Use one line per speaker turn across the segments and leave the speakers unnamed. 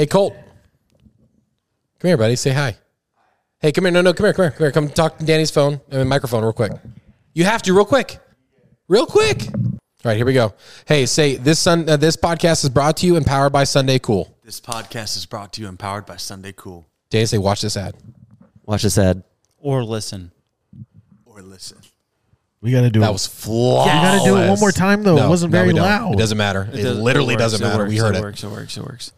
Hey, Colt. Come here, buddy. Say hi. Hey, come here. No, no, come here, come here, come here. Come talk to Danny's phone, I mean, microphone, real quick. You have to, real quick, real quick. All right, here we go. Hey, say this sun. Uh, this podcast is brought to you and powered by Sunday Cool.
This podcast is brought to you and powered by Sunday Cool.
Danny, say watch this ad.
Watch this ad.
or listen.
Or listen.
We got to do
That
it.
was flawless.
we got to do it one more time though. it wasn't
no,
very
we don't.
loud.
It doesn't matter. It, literally doesn't matter. we heard it.
Works, it works. It works.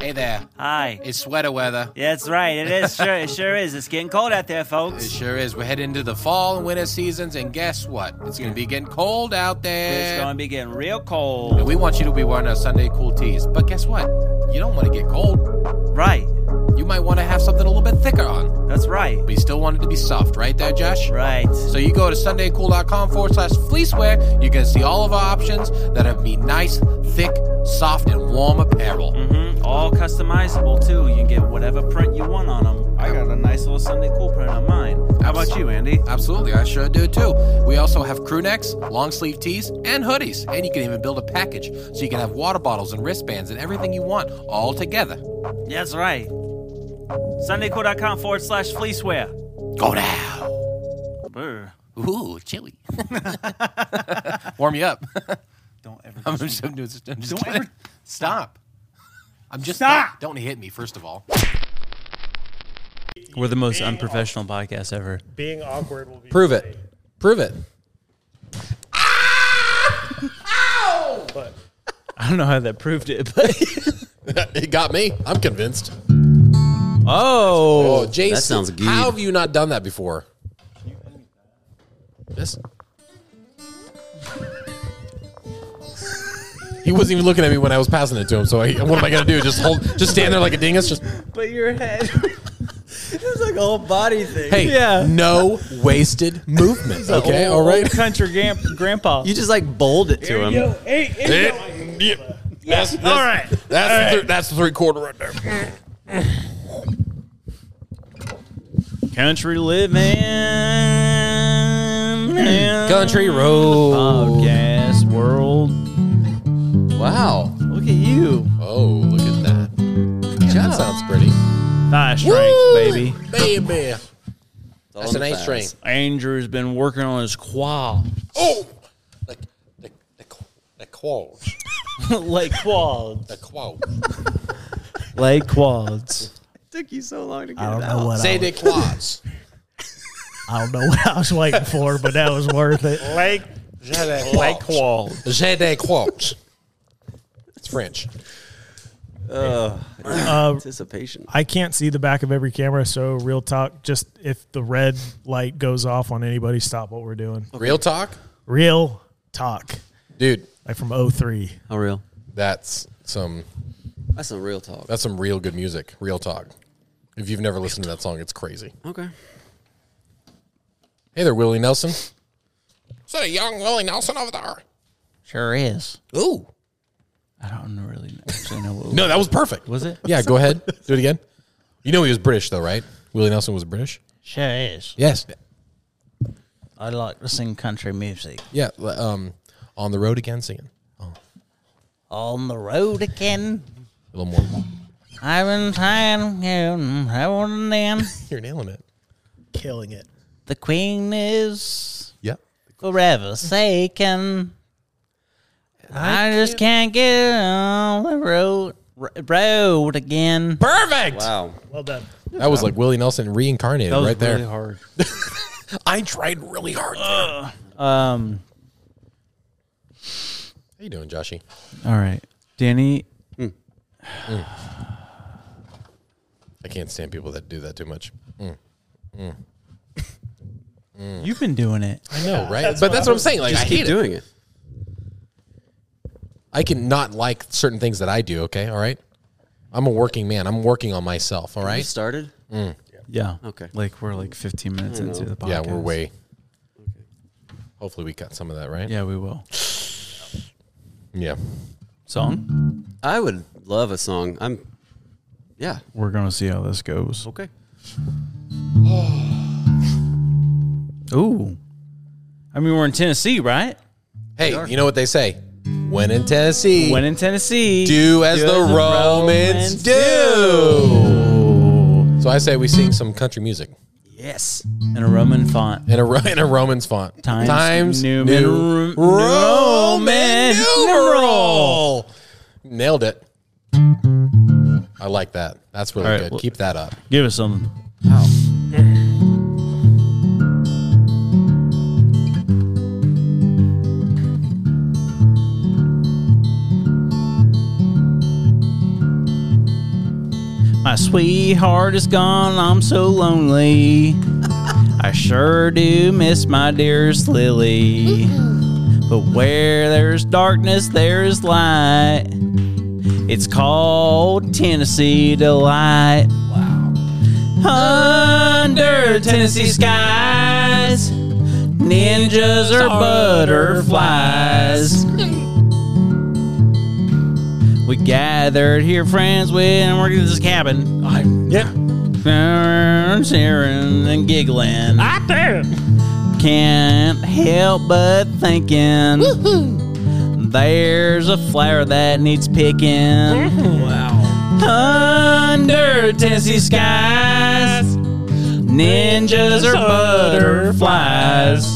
Hey there.
Hi.
It's sweater weather.
Yeah, that's right. It is. Sure, it sure is. It's getting cold out there,
It
folks.
sure is. We're heading into the fall and winter seasons, and guess what? It's going to be getting cold out
It's
there.
going to be getting real
And
cold.
we want you to be wearing our Sunday cool tees. But guess what? You don't want to get cold.
Right.
You might want to have something a little bit thicker on,
That's right.
but you still want it to be soft, right there, Josh?
Right.
So you go to sundaycool.com forward slash fleecewear. You can see all of our options that have me nice, thick, soft, and warm apparel.
hmm All customizable, too. You can get whatever print you want on them. I got a nice little Sunday cool print on mine. How about you, Andy?
Absolutely, I sure do too. We also have crew necks, long sleeve tees, and hoodies. And you can even build a package so you can have water bottles and wristbands and everything you want all together.
Yeah, that's right. SundayCool.com forward slash fleecewear.
Go now.
Brr.
Ooh, chilly. Warm you up.
Don't ever.
I'm just, I'm just, I'm just
Don't
kidding.
ever-
Stop. I'm just
Stop.
Don't hit me, first of all.
We're the most unprofessional podcast ever.
Being awkward will be
Prove it. Prove it.
I don't know how that proved it, but
it got me. I'm convinced.
oh,
Oh, Jason,
sounds good.
how have you not done that before? This. He wasn't even looking at me when I was passing it to him. So I, what am I gonna do? Just hold, just stand there like a dingus. Just
but your head. it was like a whole body thing.
hey,
yeah. "Oh,
no wasted movement. Okay, all right.
Country grand, grandpa.
You just like bowled it to him.
That's, that's, all right. That's the three, that's the three quarter right there.
country living.
Country road.
Podcast world.
Wow.
Look at you.
Oh, look at that. that sounds pretty.
Nice strength, baby.
Baby,
It's all
that's
in
a
the
nice
thighs.
string.
Andrew's been working on his qual.
Oh, the the the the quads.
like quads.
The quads.
Like quads.
Took you so long to get
I
it
don't
out.
know what
Say
I,
the quads.
I don't know what I was waiting for, but that was worth it.
Like like quads.
Say the quads. It's French.
Anticipation.
I can't see the back of every camera, so real talk. Just if the red light goes off on anybody, stop what we're doing.
Real talk,
Real talk,
dude.
like from 03.
How real?
That's some.
That's some real talk.
That's some real good music. Real talk. If you've never listened to that song, it's crazy.
Okay.
Hey there, Willie Nelson. Is that a young Willie Nelson over there?
Sure is.
Ooh.
I don't really actually know what
No, that was perfect.
was it.
Yeah, go ahead. Do it again. You know he was British though, right? Willie Nelson was British.
Sure is.
Yes.
I like to sing country music.
Yeah. l- Um, on the road again, singing
On the road again.
a little more.
I've been trying and holding in.
You're nailing it.
Killing it.
The queen is
Yep.
forever taken. I, just can't get on the road r- road again.
Perfect.
Wow.
Well done.
That was like Willie Nelson reincarnated right there.
hard.
I tried really hard. How
Um.
you doing, Joshy?
All right, Danny.
I can't stand people that do that too much.
You've been doing it.
I know, right? but that's what I'm saying. Like,
Just
I hate
keep
it.
doing it.
I can not like certain things that I do. Okay, all right. I'm a working man. I'm working on myself. All
You
right.
started?
Yeah.
Okay.
Like we're like 15 minutes into the podcast.
Yeah, we're way. Hopefully, we got some of that right.
Yeah, we will.
Yeah.
Song.
I would love a song. I'm. Yeah.
We're gonna see how this goes.
Okay.
Ooh.
I mean, we're in Tennessee, right?
Hey, you know what they say? When in Tennessee,
When in Tennessee,
do as the Romans, do. So I say we sing some country music
Yes, in a Roman font.
in a Ro- in a Romans font.
Times New
new
Ro-
Roman
Roman
numeral. Nailed it. I like that. That's really
All right,
good.
well-
Keep that up.
Give us something. My sweetheart is gone, I'm so lonely. I sure do miss my dearest Lily. But where there's darkness, there is light. It's called Tennessee Delight. Wow. Under Tennessee skies, ninjas are butterflies. We gathered here, friends, when working this cabin. Yeah. Sharing and giggling. I do. Can't help but thinking. There's a flower that needs picking. Wow. Under Tennessee skies, ninjas are butterflies.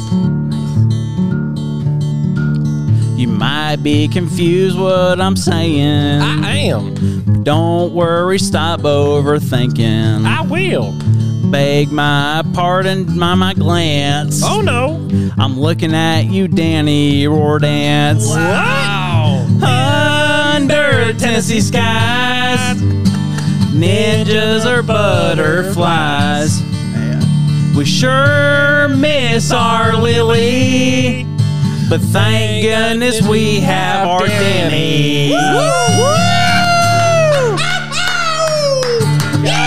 You might be confused what I'm saying.
I am.
Don't worry, stop overthinking.
I will.
beg my pardon, my, my glance.
Oh no.
I'm looking at you, Danny Rordance.
Wow.
Under Tennessee skies, ninjas are butterflies. We sure miss our Lily, but thank goodness we have our Danny.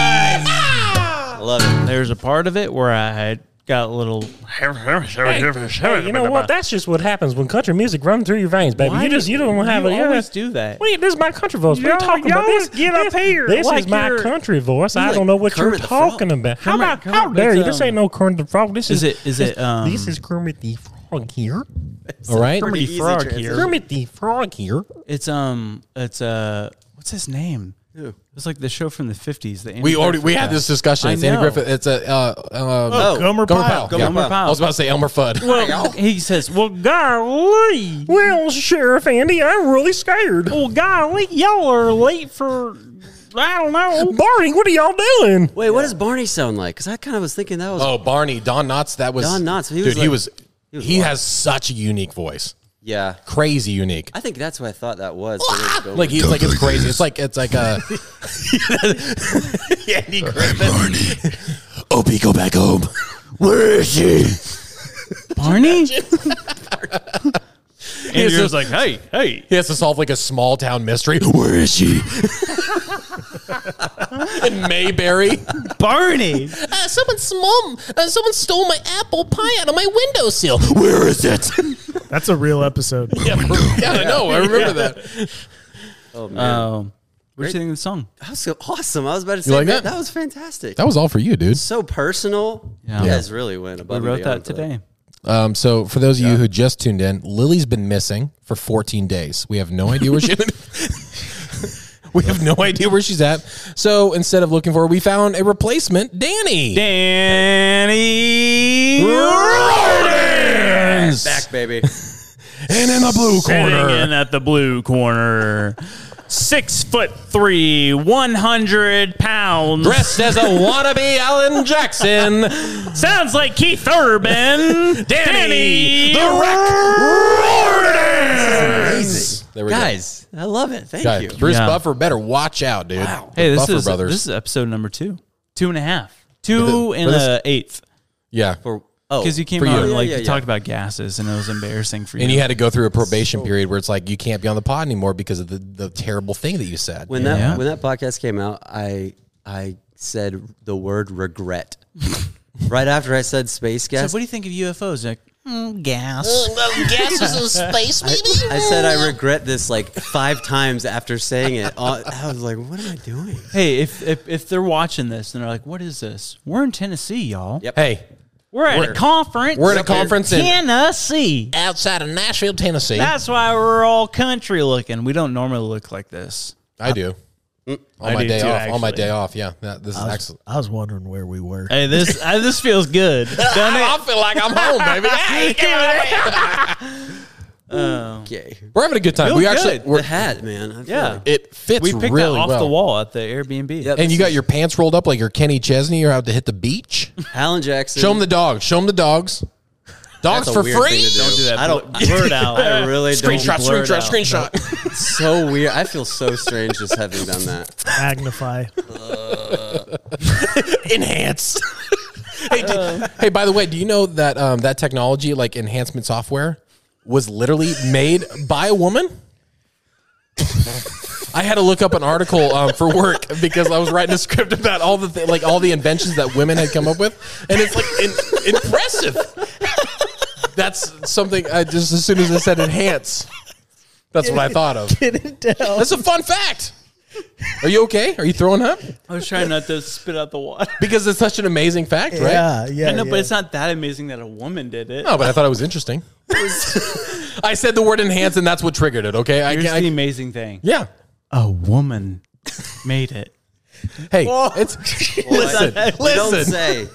I love it.
There's a part of it where I had got a little.
Hey, you know what? That's just what happens when country music runs through your veins, baby. You just you don't have
You
a
always do that.
Wait, this is my country voice. What are you talking about? This, get up here. This
like
is my
you're-
country voice. I
like
don't know what you're
Kermit the Frog.
talking about. How
Kermit-
about
Kermit
how
the
dare you? This
Frog.
ain't no Kermit the Frog. This
Is
is,
it? Is it? Um,
this is Kermit the Frog here.
All right.
Pretty easy
frog
transition.
here.
Kermit the Frog here.
It's um. It's uh. What's his name? It's like the show from the fifties. The Andy
We already
Griffith
we had
guy.
this discussion.
I
It's Andy
know.
Griffith. It's a uh, uh,
Oh,
Gomer
Gomer
Pyle.
Pyle. Yeah.
Gomer
I
Pyle.
was about to say Elmer Fudd.
He says, "Well,
golly. Well, Sheriff Andy, I'm really scared. Well, golly, y'all are late for. I don't know. Barney, what are y'all doing?
Wait, what does Barney sound like? Because I kind of was thinking that was.
Oh, Barney Don Knotts. That was
Don Knotts, he
dude,
was
he
like-
was. He,
he was wild.
has such a unique voice.
Yeah.
Crazy unique.
I think that's what I thought that was. but it was Gomer.
Like he's like it's crazy. It's like it's like a Andy Griffith. Opie, go back home. Where is she?
Barney."
He has, to,
like, "Hey, hey."
he has to solve like a small town mystery. Where is she? In Mayberry.
Barney.
Uh, someone small, uh, someone stole my apple pie out of my windowsill. Where is it?
That's a real episode.
yeah, I know. I remember that.
oh man,
Um, what do you think of the song?
that was so awesome. I was about to say
like
man,
that?
that? was fantastic.
That was all for you, dude.
so personal.
Yeah.
You
Yeah.
guys really went
We
above. and
wrote
beyond for
that today.
Um, so for those of you who just tuned in, Lily's been missing for 14 days. We have no idea where she. we have no idea where she's at. So instead of looking for her, we found a replacement, Danny.
Danny.
Rodgers!
Back, baby.
And in the blue
Sitting
corner,
in at the blue corner. Six foot three, 100 pounds.
dressed as a wannabe Alan Jackson,
Sounds like Keith Urban. Danny,
the Wreck Rodgers. There we go.
guys, I love it. Thank
Guys,
you.
Bruce
Yeah.
Buffer, better watch out, dude.
Hey, this
Buffer
is
Brothers.
this is episode number two, two and a half, two and
this-
a eighth.
yeah.
For Oh,
Because you came
for
out
you.
and
Yeah,
like
yeah,
you
yeah.
talked about gases, and it was embarrassing for you.
And you had to go through a probation period where it's like you can't be on the pod anymore because of the, the terrible thing that you said.
When that
Yeah.
when that podcast came out, I I said the word regret. right after I said space
So
gas,
what do you think of UFOs? Like, mm,
Uh.
gas.
I said I regret this like five times after saying it. Uh, I was like, what am I doing?
Hey, if, if if they're watching this and they're like, "What is this?" We're in Tennessee, y'all.
Yep.
hey,
We're at a conference.
we're at a conference in-
Tennessee.
outside of Nashville, Tennessee,
That's why we're all country looking. We don't normally look like this.
I do. On
Mm, I
my
do
day
too,
off. On my
actually.
day off. Yeah, that, this is excellent.
I was wondering where we were.
Hey, this uh, this feels good. Don't it?
I feel like I'm home, baby. Hey, come on.
Okay,
we're having a good time.
Feel
we actually
good.
we're,
the hat, man. I feel
Yeah.
like-
it fits
We picked
really
that off
well.
the wall at the Airbnb.
Yep.
And you got your pants rolled up like you're Kenny Chesney. You're out to hit the beach.
Alan Jackson.
Show them the dogs. Show them the dogs. Dogs
That's a
for
weird
free.
thing to
Don't do that.
I don't.
Blur it out.
I really
Screenshot,
don't. blur it
screenshot,
out.
screenshot.
So weird. I feel so strange just having done that.
Magnify.
Enhance. hey, do- hey, by the way, do you know that um, that technology, like enhancement software, was literally made by a woman? I had to look up an article um, for work because I was writing a script about all the th- like all the inventions that women had come up with, and it's like in- impressive. That's something I just as soon as I said enhance, that's what I thought of. That's a fun fact. Are you okay? Are you throwing up?
I was trying not to spit out the water.
Because it's such an amazing fact, right?
Yeah, yeah.
I know,
yeah.
but it's not that amazing that a woman did it.
No, but I thought it was interesting. I said the word enhance, and that's what triggered it. Okay, I
Here's
can't.
the
I-
amazing thing:
Yeah.
a woman made it.
Hey, it's listen,
Don't
listen.
say.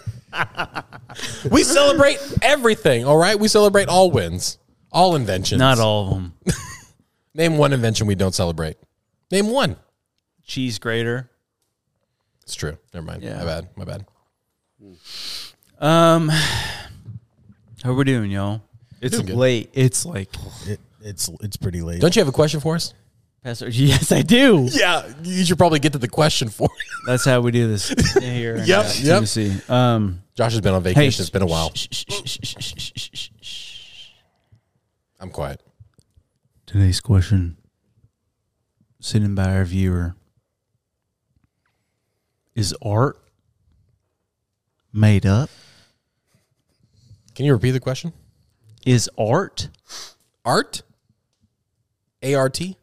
We celebrate everything. All right, we celebrate all wins, all inventions.
Not all of them.
Name one invention we don't celebrate. Name one.
Cheese grater.
It's true. Never mind.
Yeah.
My bad. My bad.
Um, how we doing, y'all? It's late.
It's like
It- it's it's pretty late.
Don't you have a question for us?
Pastor, yes, I do.
Yeah, you should probably get to the question for.
That's how we do this here. in,
Yep,
uh,
yep.
Tennessee. Um,
Josh has been on vacation.
hey,
it's been a while.
sh- sh- sh- sh- sh- sh- sh- sh- sh-
I'm quiet.
today's question, sent in by our viewer, is art made up?
Can you repeat the question?
Is art
Art. A R T.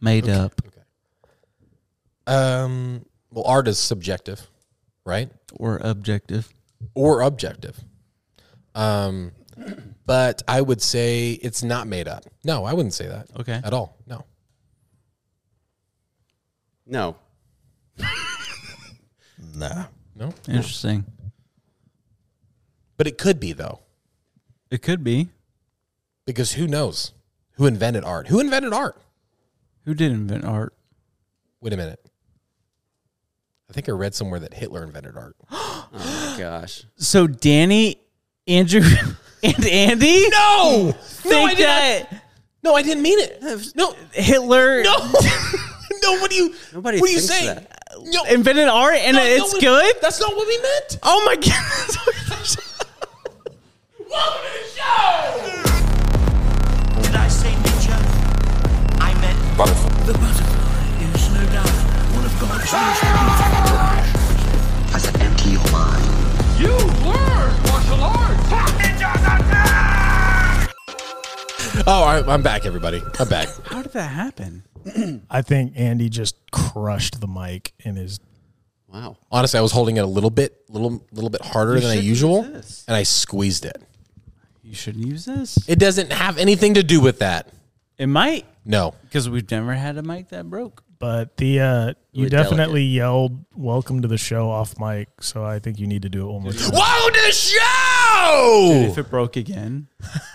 made up
Um. Well, art is subjective, right?
Or objective?
or objective. Um, but I would say it's not made up. No, I wouldn't say that.
Okay.
At all. No.
No.
Nah.
No.
interesting?
But it could be though,
It could be.
because who knows who invented art? Who invented art?
Who did invent art?
Wait a minute. I think I read somewhere that Hitler invented art.
Gosh.
So Danny, Andrew, and Andy. Oh!
No. no, I
Think
did not.
that
No, I didn't mean it. No.
Hitler
No. no. What do you?
Nobody
What are you
thinks
saying?
that.
No.
invented art and
no,
it's
no,
good.
That's not what we meant.
Oh my god!
Did I say nature? I meant the butterfly is no doubt one of God's most beautiful I said empty your mind. You learn martial arts!
Oh, I, I'm back, everybody. I'm back.
How did that happen?
I think Andy just crushed the mic in his.
Wow.
Honestly, I was holding it a little bit, little, little bit harder than I usual, and I squeezed it.
You shouldn't use this.
It doesn't have anything to do with that.
It might
No,
because we've never had a mic that broke.
But the uh, you
were
definitely yelled "Welcome to the show" off mic, so I think you need to do it one more time.
Whoa, the show!
If it broke again,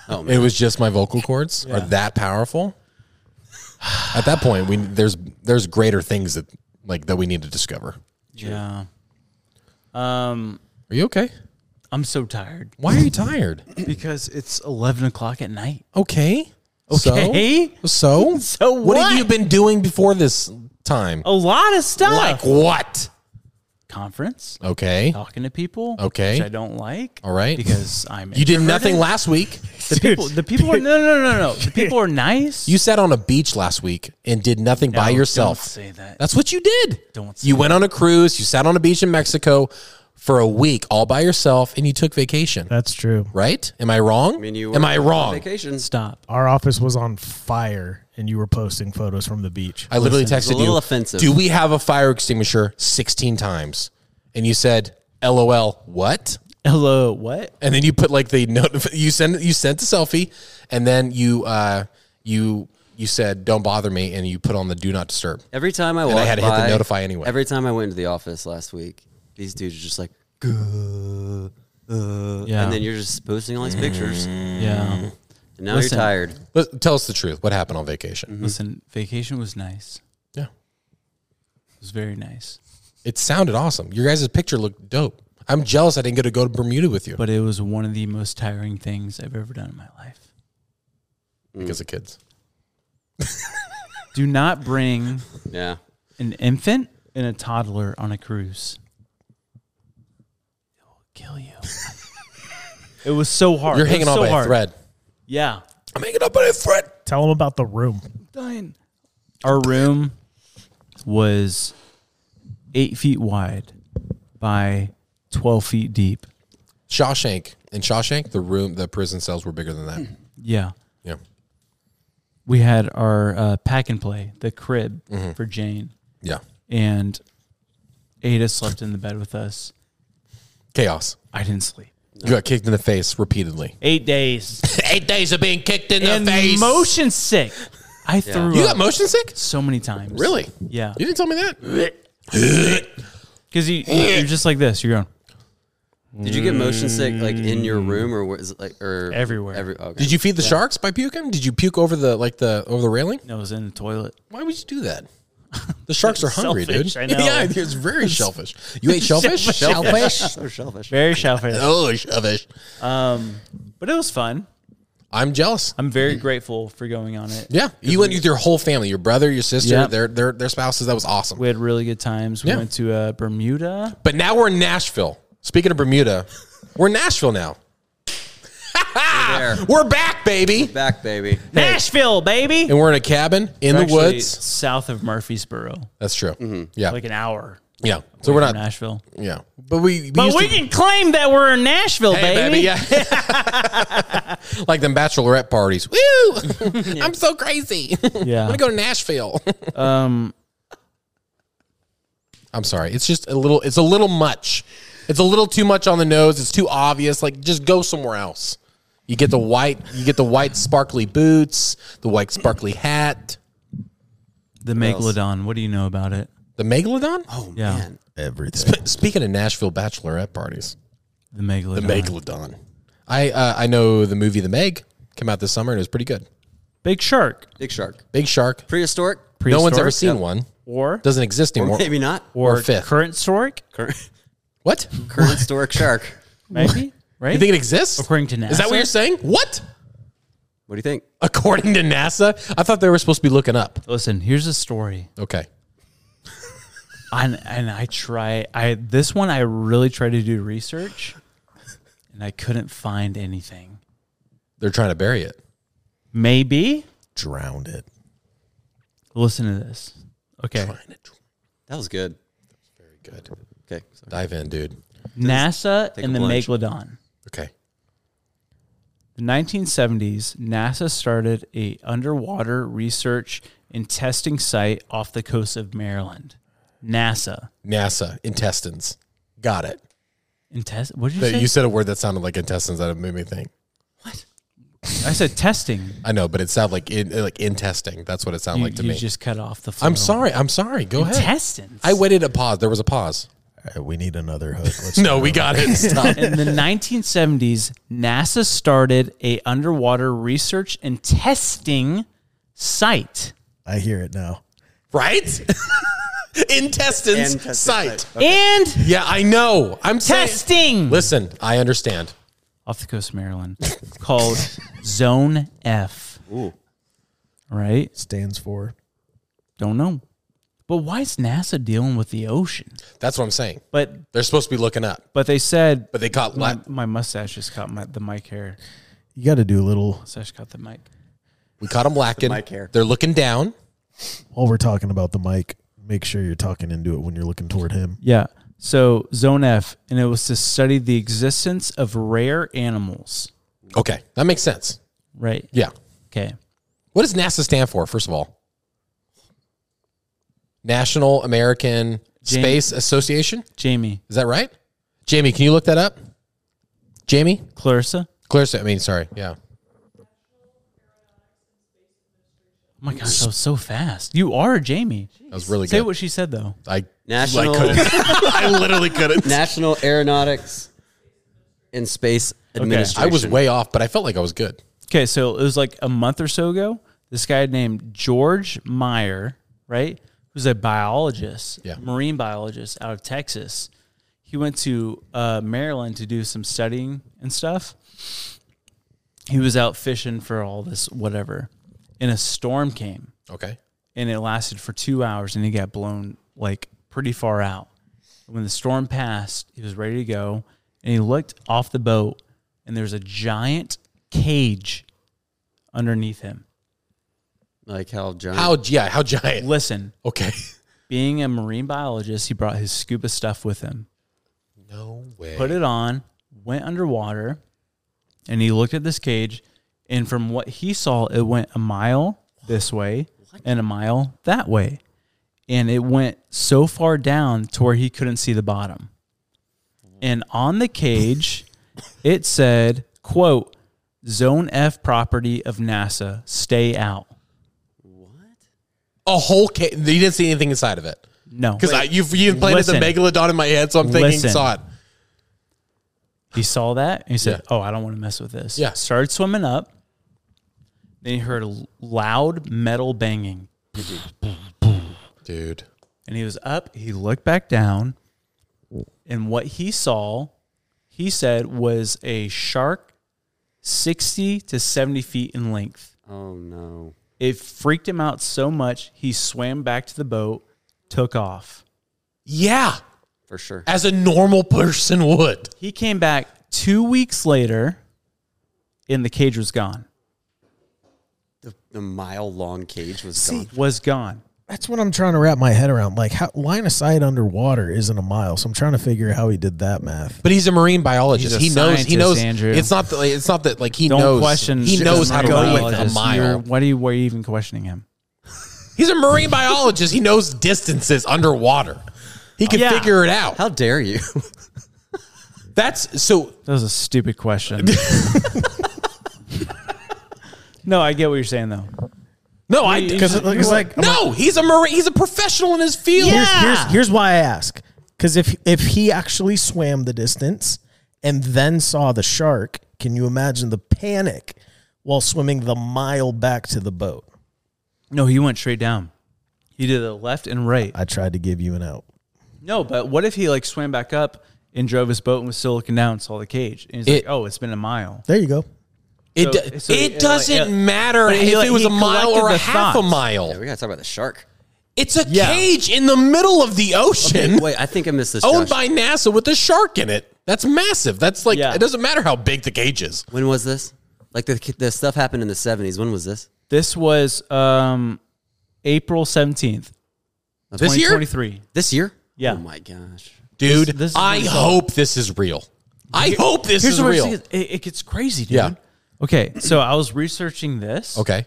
It was just my vocal cords are that powerful. At that point, we there's there's greater things that like that we need to discover.
yeah. Um,
Are you okay?
I'm so tired
Why are you tired?
because it's eleven o'clock at night.
Okay.
Okay.
So, so,
So
what? Oh, have
what?
you been doing before this time?
A lot of stuff.
Like what?
conference.
Okay.
Talking to people.
Okay.
Which I don't like.
All right.
Because I'm
You did nothing
introverted.
last week.
The people the people are no no no no. The people are nice.
You sat on a beach last week and did nothing by
No,
yourself.
don't say that.
That's what you did.
Don't say
you went on a cruise. You sat on a beach in Mexico for a week all by yourself, and you took vacation.
That's true.
Right? Am I wrong? Am I wrong?
vacation.
Stop.
Our office was on fire, and you were posting photos from the beach.
I literally
Listen,
texted you. Do we have a fire extinguisher? Sixteen times, and you said, "LOL, what?"
Hello, what?
And then you put like the note. You send you sent the selfie, and then you uh you you said, "Don't bother me," and you put on the "Do not disturb."
Every time I
And
walked
I had to hit
by-
the notify anyway.
Every time I went into the office last week, these dudes are just like, "Guh, uh,"
Yeah. Mm.
and then you're just posting all these pictures.
Yeah.
And now you're tired.
Let- tell us the truth. What happened on vacation?
Listen, vacation was nice.
Yeah.
It was very nice.
It sounded awesome. Your guys' picture looked dope. I'm jealous I didn't get to go to Bermuda with you
But it was one of the most tiring things I've ever done in my life.
because of kids.
Do not bring
Yeah.
an infant and a toddler on a cruise. It will kill you. it was so hard.
You're
It
hanging on
was so
by a
hard.
thread.
Yeah.
I'm hanging up by a thread.
Tell them about the room.
Dying. Our room was eight feet wide by 12 feet deep.
Shawshank. In Shawshank, the room, the prison cells were bigger than
Hmm.
that.
Yeah.
Yeah.
we had our uh, pack and play, the crib
Mhm.
for Jane.
Yeah.
And Ada slept in the bed with us.
Chaos.
I didn't sleep.
You got kicked in the face repeatedly.
Eight days.
Eight days of being kicked in the face.
Motion sick. I threw
You
up
got motion sick?
so many times.
Really?
Yeah.
You didn't tell me that.
Because you, you're just like this. You're going.
Did you get motion sick like in
Mm.
your room or was it like or
Everywhere.
Every, okay.
Did you feed the
Yeah.
sharks by puking? Did you puke over the like the over the railing?
No, it was in the toilet.
Why would you do that? The sharks are hungry,
Selfish,
dude.
I know.
yeah, it's very shellfish. You ate shellfish?
Shellfish.
shellfish.
Very shellfish.
oh, shellfish.
Um, but it was fun.
I'm jealous.
I'm very grateful for going on it.
Mm. Yeah, you went with your whole family, your brother, your sister,
Yep.
their their their spouses. That was awesome.
We had really good times. We
Yeah.
went to uh, Bermuda.
But now we're in Nashville. Speaking of Bermuda, we're in Nashville now.
There.
We're back, baby,
back, baby.
Nashville, baby.
and we're in a cabin in
We're
the
actually
woods.
south of Murfreesboro.
That's true. Yeah,
Like an hour.
yeah. So
away
we're
from
not.
Nashville.
Yeah, but we. Uh, we
But
used
we
to-
can claim that we're in Nashville,
Hey, baby,
baby.
yeah. like them bachelorette parties. Woo! I'm so crazy. I'm
Yeah.
gonna go to Nashville.
Um,
I'm sorry. It's just a little. It's a little much. It's a little too much on the nose. It's too obvious. Like just go somewhere else. You get the white. You get the white sparkly boots. The white sparkly hat.
the Megalodon. What do you know about it?
The megalodon.
Oh
Yeah.
man.
Everything. speaking of Nashville bachelorette parties,
The Megalodon.
the megalodon. I uh, I know the movie The Meg came out this summer and it was pretty good.
Big shark.
Big shark.
Big shark.
Prehistoric?
No one's ever
Prehistoric?
seen
Yep.
one.
Or
Doesn't exist
Or
anymore.
maybe not.
or fifth.
current stork,
Current,
What?
current historic shark.
maybe. Right?
You think it exists?
According to NASA.
Is that what you're saying? What?
What do you think?
According to NASA? I thought they were supposed to be looking up.
Listen, here's a story.
Okay.
And and I try I this one I really tried to do research and I couldn't find anything.
They're trying to bury it.
Maybe.
Drowned it.
Listen to this. Okay.
That was good.
Very good.
Okay. sorry.
Dive in, dude.
NASA
Take
and
a
the
plunge.
Megalodon.
Okay.
The 1970s, NASA started a underwater research and testing site off the coast of Maryland. NASA.
NASA, intestines. Got it.
And test what did you
That-
say?
You said a word that sounded like intestines that made me think.
I said testing.
I know, but it sounded like in, like intesting. That's what it sounded
you
like to
you
me.
just um, cut off the flow.
I'm sorry. I'm sorry. Go ahead.
Intestines.
I waited a pause. There was a pause.
Uh, we need another hook. Let's
No, we got it. Stop.
In the 1970s, NASA started a underwater research and testing site.
I hear it now.
right? intestines,
Intestine
sight.
site.
And
Yeah, I know. I'm saying-
testing
Listen, I understand.
off the coast of Maryland called Zone F.
Ooh.
Right?
Stands for
Don't know. But But why is NASA dealing with the ocean?
That's what I'm saying.
But
they're supposed to be looking up.
But they said.
But they caught
my, my mustache just caught my, the mic hair.
You got to do a little
Mustache caught the mic.
We caught them lacking.
mic hair.
They're looking down.
while we're talking about the mic. Make sure you're talking into it when you're looking toward him.
Yeah. So zone F, and it was to study the existence of rare animals.
Okay, that makes sense.
Right.
Yeah.
Okay.
What does NASA stand for? First of all, National American
Jamie-
Space Association.
Jamie,
is that right? Jamie, can you look that up? Jamie,
Clarissa,
Clarissa. I mean, sorry. Yeah.
Oh my gosh, that was so fast. You are Jamie.
That was really
Say
good.
what she said though.
I
National.
I couldn't. I literally couldn't.
National Aeronautics and Space Administration.
I was way off, but I felt like I was good.
Okay, so it was like a month or so ago. This guy named George Meyer, right, who's a biologist,
Yeah.
marine biologist out of Texas. He went to uh, Maryland to do some studying and stuff. He was out fishing for all this whatever, and a storm came.
Okay.
and it lasted for two hours, and he got blown like pretty far out. When the storm passed, he was ready to go, and he looked off the boat, and there's a giant cage underneath him.
Like how giant?
How yeah? How giant?
Listen,
okay.
Being a marine biologist, he brought his scuba stuff with him.
No way.
Put it on, went underwater, and he looked at this cage, and from what he saw, it went a mile this way and a mile that way. And it went so far down to where he couldn't see the bottom. And on the cage, it said, quote, Zone F property of NASA, stay out.
A whole cage. You didn't see anything inside of it.
No.
Because you've you've planted the
Listen.
megalodon in my head, so I'm thinking
Listen.
saw it.
He saw that and he said, Oh, I don't want to mess with this.
Yeah.
Started swimming up. Then he heard a l- loud metal banging.
Dude.
And he was up. He looked back down. And what he saw, he said, was a shark 60 to 70 feet in length.
Oh no.
It freaked him out so much, he swam back to the boat, took off.
Yeah.
For sure.
As a normal person would.
He came back two weeks later, and the cage was gone.
The, the mile long cage was gone.
Was gone.
That's what I'm trying to wrap my head around. Like, how, line of sight underwater isn't a mile, so I'm trying to figure out how he did that math.
But he's a marine biologist.
He's a
he knows. He
scientist,
knows.
Andrew.
It's not that. Like, it's not that. Like he
Don't
knows.
question.
He knows how to go with a
biologist. You're-
mile.
Why do you? Why are you even questioning him?
He's a marine biologist. He knows distances underwater. He can
Yeah.
figure it out.
How dare you?
That's so.
That was a stupid question. no, I get what you're saying though.
No, I.
You- 'Cause it looks
you-
like-
no. He's a marine. He's a professional in his field.
Here's, here's, here's why I ask. Because if if he actually swam the distance and then saw the shark, can you imagine the panic while swimming the mile back to the boat?
No, he went straight down. He did a left and right.
I tried to give you an out.
No, but what if he like swam back up and drove his boat and was still looking down and saw the cage? And he's like, "Oh, it's been a mile."
There you go.
It
So-
do-
so
it
like-
doesn't
yeah.
matter
But he,
if
like,
it was
he
a mile or
collected
a
the
half a
thoughts.
mile.
Yeah, we gotta talk about the shark.
It's a cage in the middle of the ocean,
Wait, I think I missed this.
owned
Josh.
by NASA with a shark in it. That's massive. That's like
Yeah.
it doesn't matter how big the cage is.
When was this? Like the the stuff happened in the seventies. When was this?
This was um, April seventeenth,
This year?
twenty three.
This year?
Yeah.
Oh my gosh.
Dude,
This- this is
I
what we saw.
hope this is real. I hope this
Here's
is
what I'm
real.
saying, It, it gets crazy, dude.
Yeah.
Okay, so I was researching this.
Okay.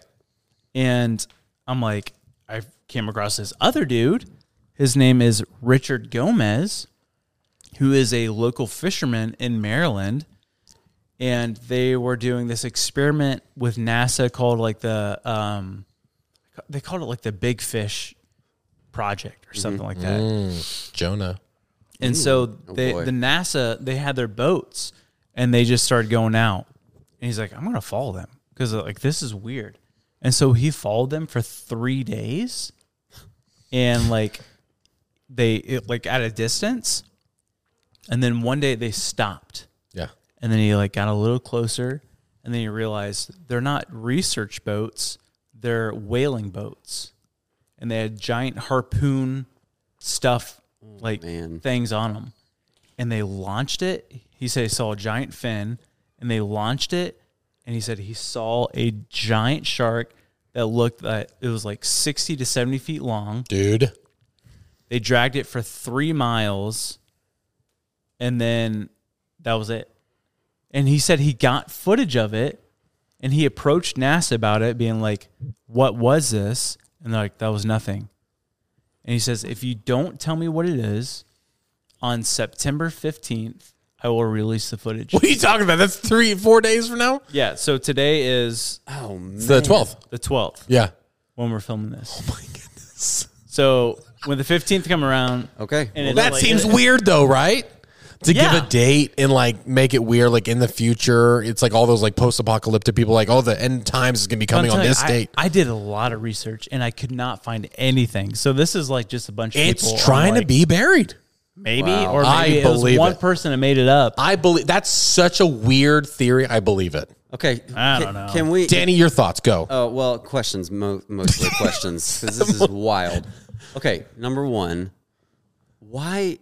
and I'm like, I came across this other dude. His name is Richard Gomez, who is a local fisherman in Maryland. And they were doing this experiment with NASA called like the, um, they called it like the Big Fish Project or something like that.
Mm, Jonah.
And so they, the NASA, they had their boats and they just started going out. And he's like, I'm going to follow them because like this is weird. And so he followed them for three days and like they, it, like at a distance. And then one day they stopped.
Yeah.
And then he like got a little closer and then he realized they're not research boats, they're whaling boats. and they had giant harpoon stuff like things on them, and they launched it. He said he saw a giant fin, and they launched it, and he said he saw a giant shark that looked like it was like sixty to seventy feet long,
dude.
They dragged it for three miles, and then that was it. And he said he got footage of it, and he approached NASA about it, being like, "What was this?" And they're like, "That was nothing." And he says, "If you don't tell me what it is, on September fifteenth, I will release the footage."
What are you talking about? That's three, four days from now.
Yeah. So today is oh
It's the man. 12th.
The twelfth.
Yeah.
When we're filming this. Oh my goodness. So when the fifteenth come around,
okay.
Well, that seems weird, though, right? To
Yeah.
give a date and like make it weird, like in the future, it's like all those like post-apocalyptic people, like, oh, the end times is gonna be coming on this
I,
date.
I did a lot of research and I could not find anything. So this is like just a bunch of
It's
people.
trying to be buried.
Maybe or maybe
I
it was
believe
one
it.
person that made it up.
I believe that's such a weird theory. I believe it.
Okay,
I
don't know. Can we,
Danny? Your thoughts go.
Oh well, questions mo- mostly questions because this is wild. Okay, number one, why?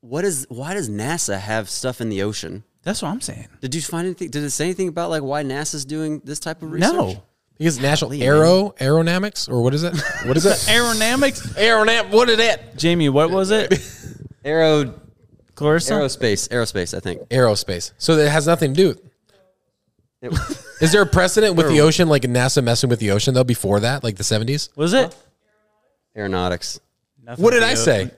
What is? Why does NASA have stuff in the ocean?
That's what I'm saying.
Did you find anything? Did it say anything about like why NASA's doing this type of research?
No, because National Aero Aeronamics or what is it? What is it?
Aerodynamics.
Aeronam. What is it?
Jamie, what was it?
Aero.
Clarissa?
Aerospace. Aerospace. I think.
Aerospace. So it has nothing to do.
It-
Is there a precedent with the ocean, like NASA messing with the ocean though? Before that, like the seventies.
Was it?
Aeronautics.
What did I say?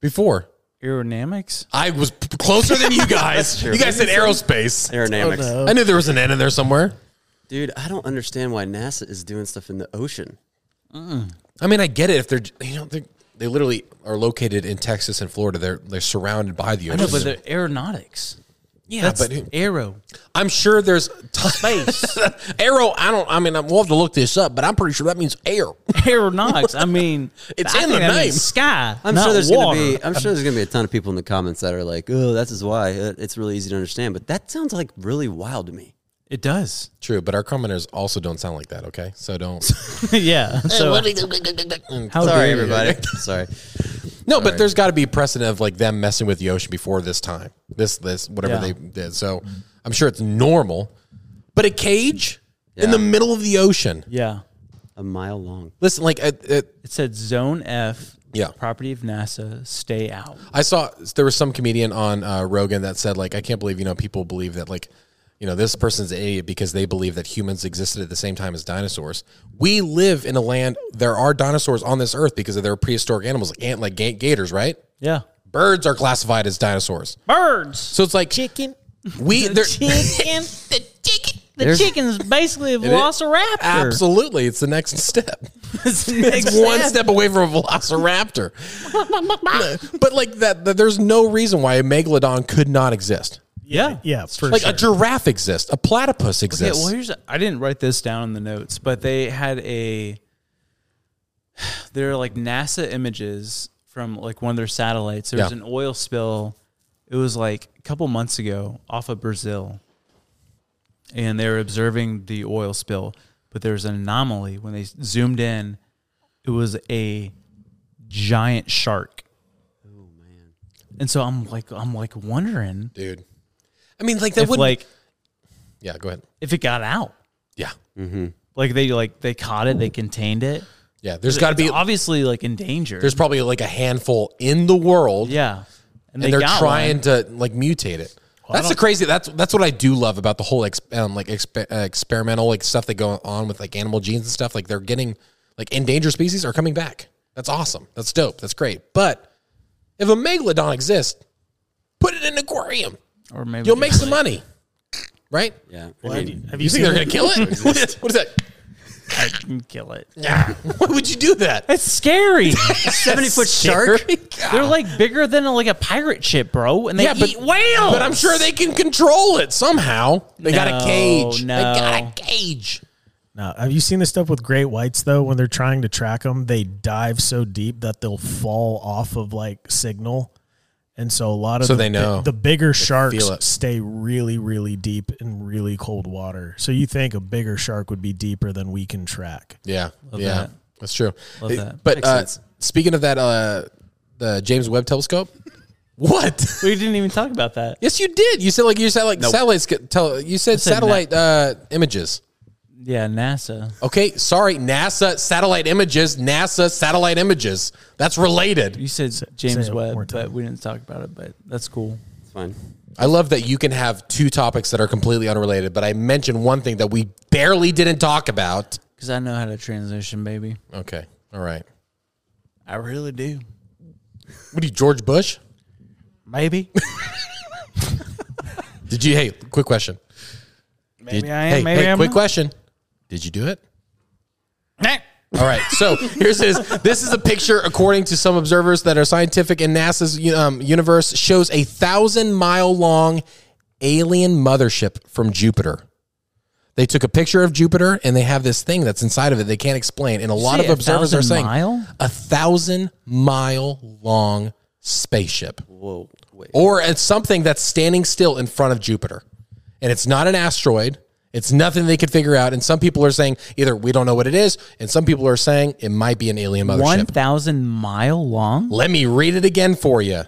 Before
aerodynamics,
I was p- closer than you
That's
guys.
true.
you guys said aerospace.
Aerodynamics. Oh, no.
I knew there was an N in there somewhere.
Dude, I don't understand why NASA is doing stuff in the ocean.
I mean, I get it if they're you know they they literally are located in Texas and Florida. They're they're surrounded by the
I
ocean.
know, but they're aeronautics.
Yeah,
That's
but who-
aero.
I'm sure there's space arrow. I don't. I mean, I'm- we'll have to look this up, but I'm pretty sure that means air.
Aeronautics. I mean,
it's
I
in the
think that
name.
means sky.
I'm
not
sure there's
water.
gonna be I'm sure there's gonna be a ton of people in the comments that are like, oh, that's is why It- it's really easy to understand. But that sounds like really wild to me.
It does.
True, but our commenters also don't sound like that. Okay, so don't.
yeah. So How
Sorry,
dare you.
everybody. Sorry.
No, but
Sorry.
there's got to be precedent of like them messing with the ocean before this time. This this whatever
Yeah.
they did. So I'm sure it's normal. But a cage in
Yeah.
the middle of the ocean.
yeah.
A mile long.
Listen, like it, it,
It said Zone F.
Yeah.
Property of NASA. Stay out.
I saw there was some comedian on uh, Rogan that said like I can't believe you know people believe that like you know this person's an idiot because they believe that humans existed at the same time as dinosaurs. We live in a land there are dinosaurs on this earth because of their prehistoric animals like ant like ga- gators, right?
Yeah.
Birds are classified as dinosaurs.
Birds.
So it's like
chicken.
We
the
there-
chicken. The chicken. The
There's-
chicken's basically a
It is-
velociraptor.
Absolutely, it's the next step.
it's
it's one step away from a velociraptor. but like that, that, there's no reason why a megalodon could not exist.
Yeah.
Yeah. For
like a giraffe exists, a platypus
Okay,
exists.
well, here's a, I didn't write this down in the notes, but they had a there are like NASA images from like one of their satellites. There was
Yeah.
an oil spill. It was like a couple months ago off of Brazil, and they were observing the oil spill. But there was an anomaly when they zoomed in. It was a giant shark. Oh man! And so I'm like, I'm like wondering,
dude. I mean, like that
if,
wouldn't-
like
yeah, go ahead.
if it got out.
Yeah.
Mm-hmm.
Like they like they caught it, they contained it.
Yeah, there's gotta be-
It's obviously like in danger.
There's probably like a handful in the world.
Yeah,
and,
they
they are
got
trying
one.
to like mutate it. that's the crazy. That's that's what I do love about the whole exp, um, like exp, uh, experimental like stuff that go on with like animal genes and stuff. Like they're getting like endangered species are coming back. That's awesome. That's dope. That's great. But if a megalodon exists, put it in an aquarium.
or maybe
You'll make some money, right?
Yeah.
Well,
I
you,
mean, have
you
you
think they're gonna
seen-
kill it? what is what is that?
I can kill it.
Yeah. Why would you do that?
It's scary.
70 foot shark?
They're like bigger than like a pirate ship, bro, and they
Yeah, but-
eat whales.
But I'm sure they can control it somehow. They got
No,
a cage. They got
no.
a cage.
Now, have you seen the stuff with great whites though? When they're trying to track them, they dive so deep that they'll fall off of like signal, and so a lot of
So
the,
they know.
the, bigger sharks
it.
stay really, really deep in really cold water. So you think a bigger shark would be deeper than we can track?
Yeah.
Love
yeah.
that.
That's true.
Love
Hey,
that.
But
Makes
uh,
sense.
speaking of that, uh, the James Webb Telescope. What?
We didn't even talk about that.
Yes, you did. You said like you said like
Nope.
satellites. get- Tell you
I
said
said
satellite uh, images.
Yeah, NASA.
Okay, sorry, NASA satellite images. NASA satellite images. That's related.
You said James Webb, but we didn't talk about it. But that's cool. It's
fine.
I love that you can have two topics that are completely unrelated, but I mentioned one thing that we barely didn't talk about.
Because I know how to transition, baby.
Okay. All right.
I really do.
What are you, George Bush?
Maybe.
Did you? Hey, quick question.
Maybe I am,
Hey,
maybe
hey,
I'm
quick
not.
question. Did you do it? All right. So here's this. This is a picture, according to some observers that are scientific, and NASA's um, universe shows a thousand mile long alien mothership from Jupiter. They took a picture of Jupiter, and they have this thing that's inside of it. They can't explain, and a lot
say
of
a
observers are
thousand
saying
mile?
a thousand mile long spaceship.
Whoa. Wait.
Or it's something that's standing still in front of Jupiter. And it's not an asteroid. It's nothing they could figure out. And some people are saying either we don't know what it is, and some people are saying it might be an alien mothership.
One thousand mile long.
Let me read it again for you.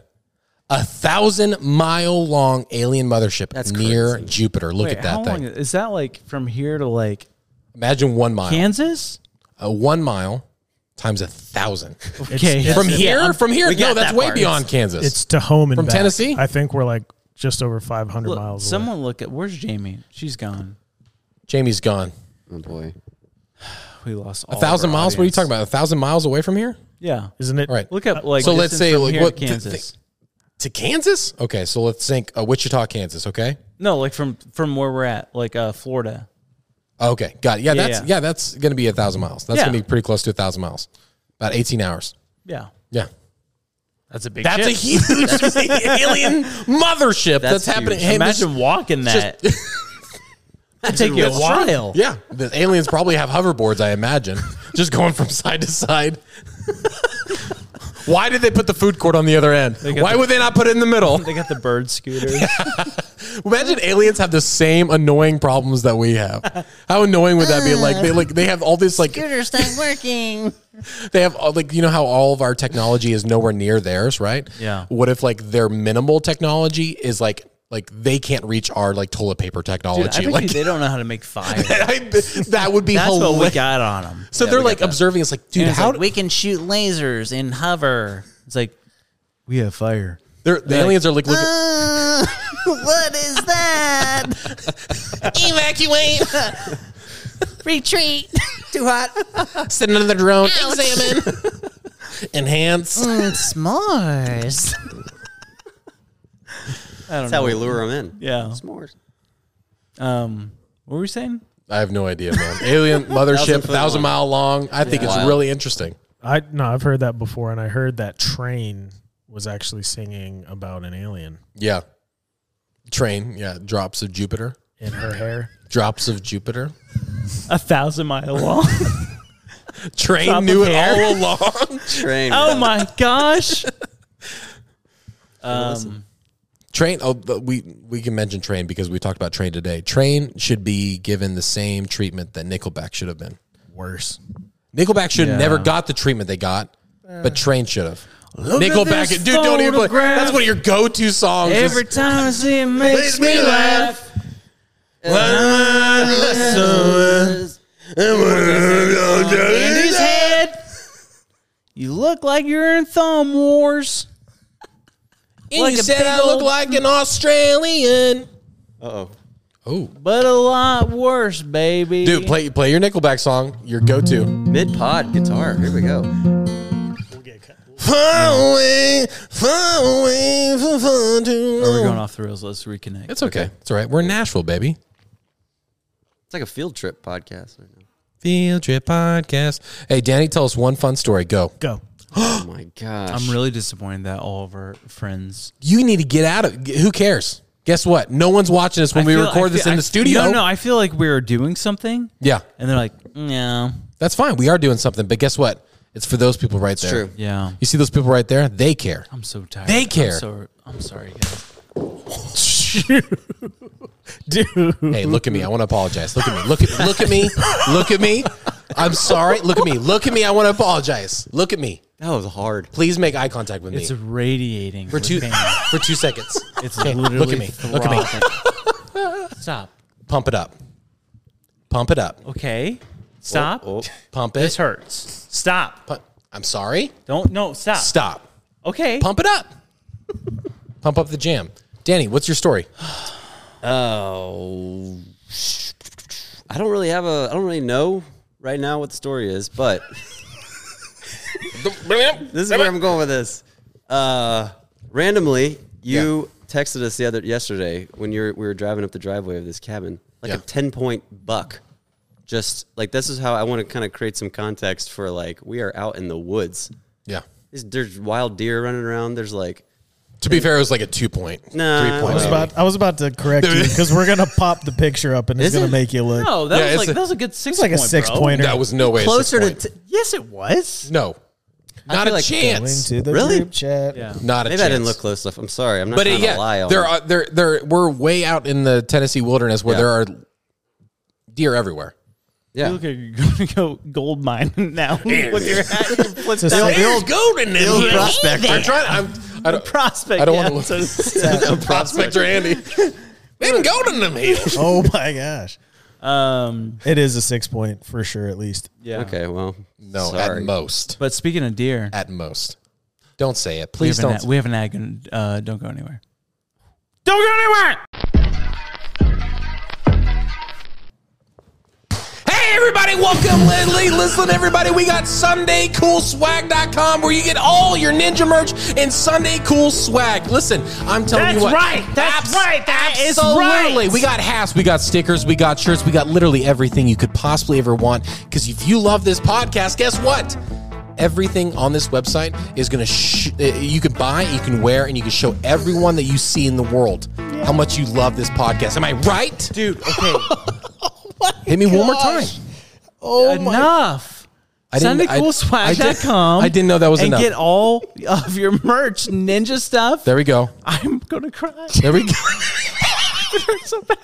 A thousand mile long alien mothership near Jupiter. Look
Wait,
at
how
that
long
thing.
is that? Like from here to like
Imagine one mile.
Kansas?
A one mile times a thousand.
Okay. It's-
from
it's-
here,
yeah, I'm-
from here.
we
No,
got
that's
that
way
part.
beyond
It's-
Kansas.
It's to home and
from
back.
Tennessee.
I think we're like just over 500
Look,
miles. away.
someone look at where's Jamie? She's gone.
Jamie's gone.
Oh boy.
We lost all
A
of our
thousand miles? What are you
audience.
talking about? A thousand miles away from here?
Yeah.
Isn't it?
All right.
Look up like
so let's
distance
say
from
like
here
what
to
to
Kansas.
thi- to Kansas? Okay, so let's think uh, Wichita, Kansas. Okay.
no, like from from where we're at, like uh Florida.
Okay, got it. Yeah,
Yeah,
that's yeah.
yeah.
that's gonna be a thousand miles. That's
Yeah.
gonna be pretty close to a thousand miles, about eighteen hours.
Yeah.
Yeah,
That's a big
that's a
ship.
huge alien mothership that's,
That's
happening.
huge.
Hey, this-
Imagine walking
it's just-
that. That'd take you a
That's true.
while.
Yeah, the aliens probably have hoverboards. I imagine just going from side to side. Why did they put the food court on the other end?
got
Why
the-
would they not put it in the middle?
They got the bird scooters.
Imagine aliens have the same annoying problems that we have. How annoying would that be? Like they like they have all this like
Scooter's not working.
they have all, like you know how all of our technology is nowhere near theirs, right?
Yeah.
What if like their minimal technology is like like they can't reach our like toilet paper
Dude, I
technology?
bet you
like
they don't know how to make fire.
that would be
That's what we
hilarious.
got on them.
So they're like observing. It's like, dude, how do
we can shoot lasers and hover? It's like
We have fire.
they're, the
They're like, "Ah,
aliens are like looking?
Uh, what is that? Evacuate. Retreat. Too hot.
Send another drone. Examine. Enhance.
Mm, s'mores.
I don't
That's
know.
how we lure them in.
Yeah.
S'mores.
Um, what were we saying?
I have no idea, man. Alien mothership,
Thousand foot
thousand
long.
mile long. I think it's
Wild.
really interesting.
I no, I've heard that before, and I heard that train was actually singing about an alien
Yeah. Train, yeah. Drops of Jupiter.
in her hair.
Drops of Jupiter.
A thousand mile long.
Train
Drop
knew
of
it
hair.
all along.
Train.
oh my gosh. Um,
Train. Oh, but we we can mention Train because we talked about Train today. Train should be given the same treatment that Nickelback should have been.
Worse.
Nickelback should have
Yeah.
never got the treatment they got, but Train should have.
Look at
Nickelback,
this
dude, don't even. Play.
photograph.
That's one of your go-to songs. is-
every time I see it makes me laugh. Andy's head. You look like you're in Thumb Wars.
And
like
you
a
said
big
I look
old-
like an Australian.
Uh oh.
Oh,
But a lot worse, baby.
dude, play play your Nickelback song, your go-to.
Mid pod guitar. Here we go.
Far away, far away, far, far too
Or we're
long.
going off the rails. Let's reconnect.
It's okay. It's all right. We're in Nashville, baby.
It's like a field trip podcast right now.
Field Trip Podcast. Hey, Danny, tell us one fun story. Go.
Go.
Oh my gosh.
I'm really disappointed that all of our friends.
You need to get out of. g- Who cares? Guess what? No one's watching us when
I
we
feel- I
record
feel-
this in
I-
the studio.
No, no. I feel like we are doing something,
Yeah,
and they're like, no.
that's fine. We are doing something, but guess what? It's for those people right there.
true.
Yeah.
You see those people right there? They care.
I'm so tired.
They
I'm
care.
so- I'm sorry, guys.
Dude.
Hey, look at me. I want to apologize. Look at me. Look at look at me. Look at me. I'm sorry. Look at me. Look at me. I want to apologize. Look at me.
That was hard.
Please make eye contact with
It's
me
radiating
for
with
two
pain.
for two seconds.
It's
Okay, look
literally
at me. Look at me.
Stop.
Pump it up. Pump it up.
Okay. Stop.
Oh, Pump it.
This hurts. Stop.
I'm sorry.
Don't no. Stop.
Stop.
Okay.
Pump it up. Pump up the jam. Danny, what's your story?
Oh, I don't really have a. I don't really know right now what the story is, but this is where I'm going with this. Uh, randomly, you texted us the other yesterday when you were, we were driving up the driveway of this cabin, like a ten point buck. Just like this is how I want to kind of create some context for like we are out in the woods.
Yeah.
There's- there's wild deer running around. There's like
To be fair, it was like a two point.
Nah,
three
I
point.
was
maybe.
About, I was about to correct you because we're gonna pop the picture up and it's
Is
gonna
it?
make you look.
No, that
Yeah,
was
it's
like
a-
that was a good six.
like a
point,
six
bro.
pointer.
That was no way. a
closer
six
to
point.
t- yes, it was.
no.
I
Not
feel
a
like
chance.
Going to the
Really?
group chat.
Yeah.
Not a
Maybe
chance.
I didn't look close enough. I'm sorry. I'm not
but
trying
it,
to
yeah,
lie. On
there are there there we're way out in the Tennessee wilderness where
Yeah.
there are deer everywhere.
yeah.
You look like you're going to go gold mine now with your hat. You flip
It's a
down.
second-
There's gold in this.
old
Yeah.
prospector.
I'm trying. I'm, I don't,
prospect.
I don't
yeah,
wanna look-
so it's-
prospector Andy. Been gold in them hills.
Oh my gosh,
um,
it is a six point for sure at least.
yeah.
Okay, well,
No,
sorry.
at most.
But speaking of deer,
Uh,
At most. Don't say it.
we
Please
have, an,
don't.
ag- we have an ag. and, Uh, don't go anywhere.
Don't go anywhere.
Hey everybody, welcome Lindley. Listen everybody, we got SundayCoolSwag.com where you get all your ninja merch and Sunday Cool Swag. Listen, I'm telling
That's
you what.
right. That's right. That is
absolutely.
right.
We got hats, we got stickers, we got shirts, we got literally everything you could possibly ever want. Because if you love this podcast, guess what? Everything on this website is going to, sh- uh, you can buy, you can wear, and you can show everyone that you see in the world how much you love this podcast. Am I right?
Dude, okay.
Hit me one more time.
enough.
I didn't- I-
SundayCoolSwag.com.
I didn't know that was
and
enough.
get all of your merch, ninja stuff.
There we go.
I'm gonna cry.
There we go.
so bad.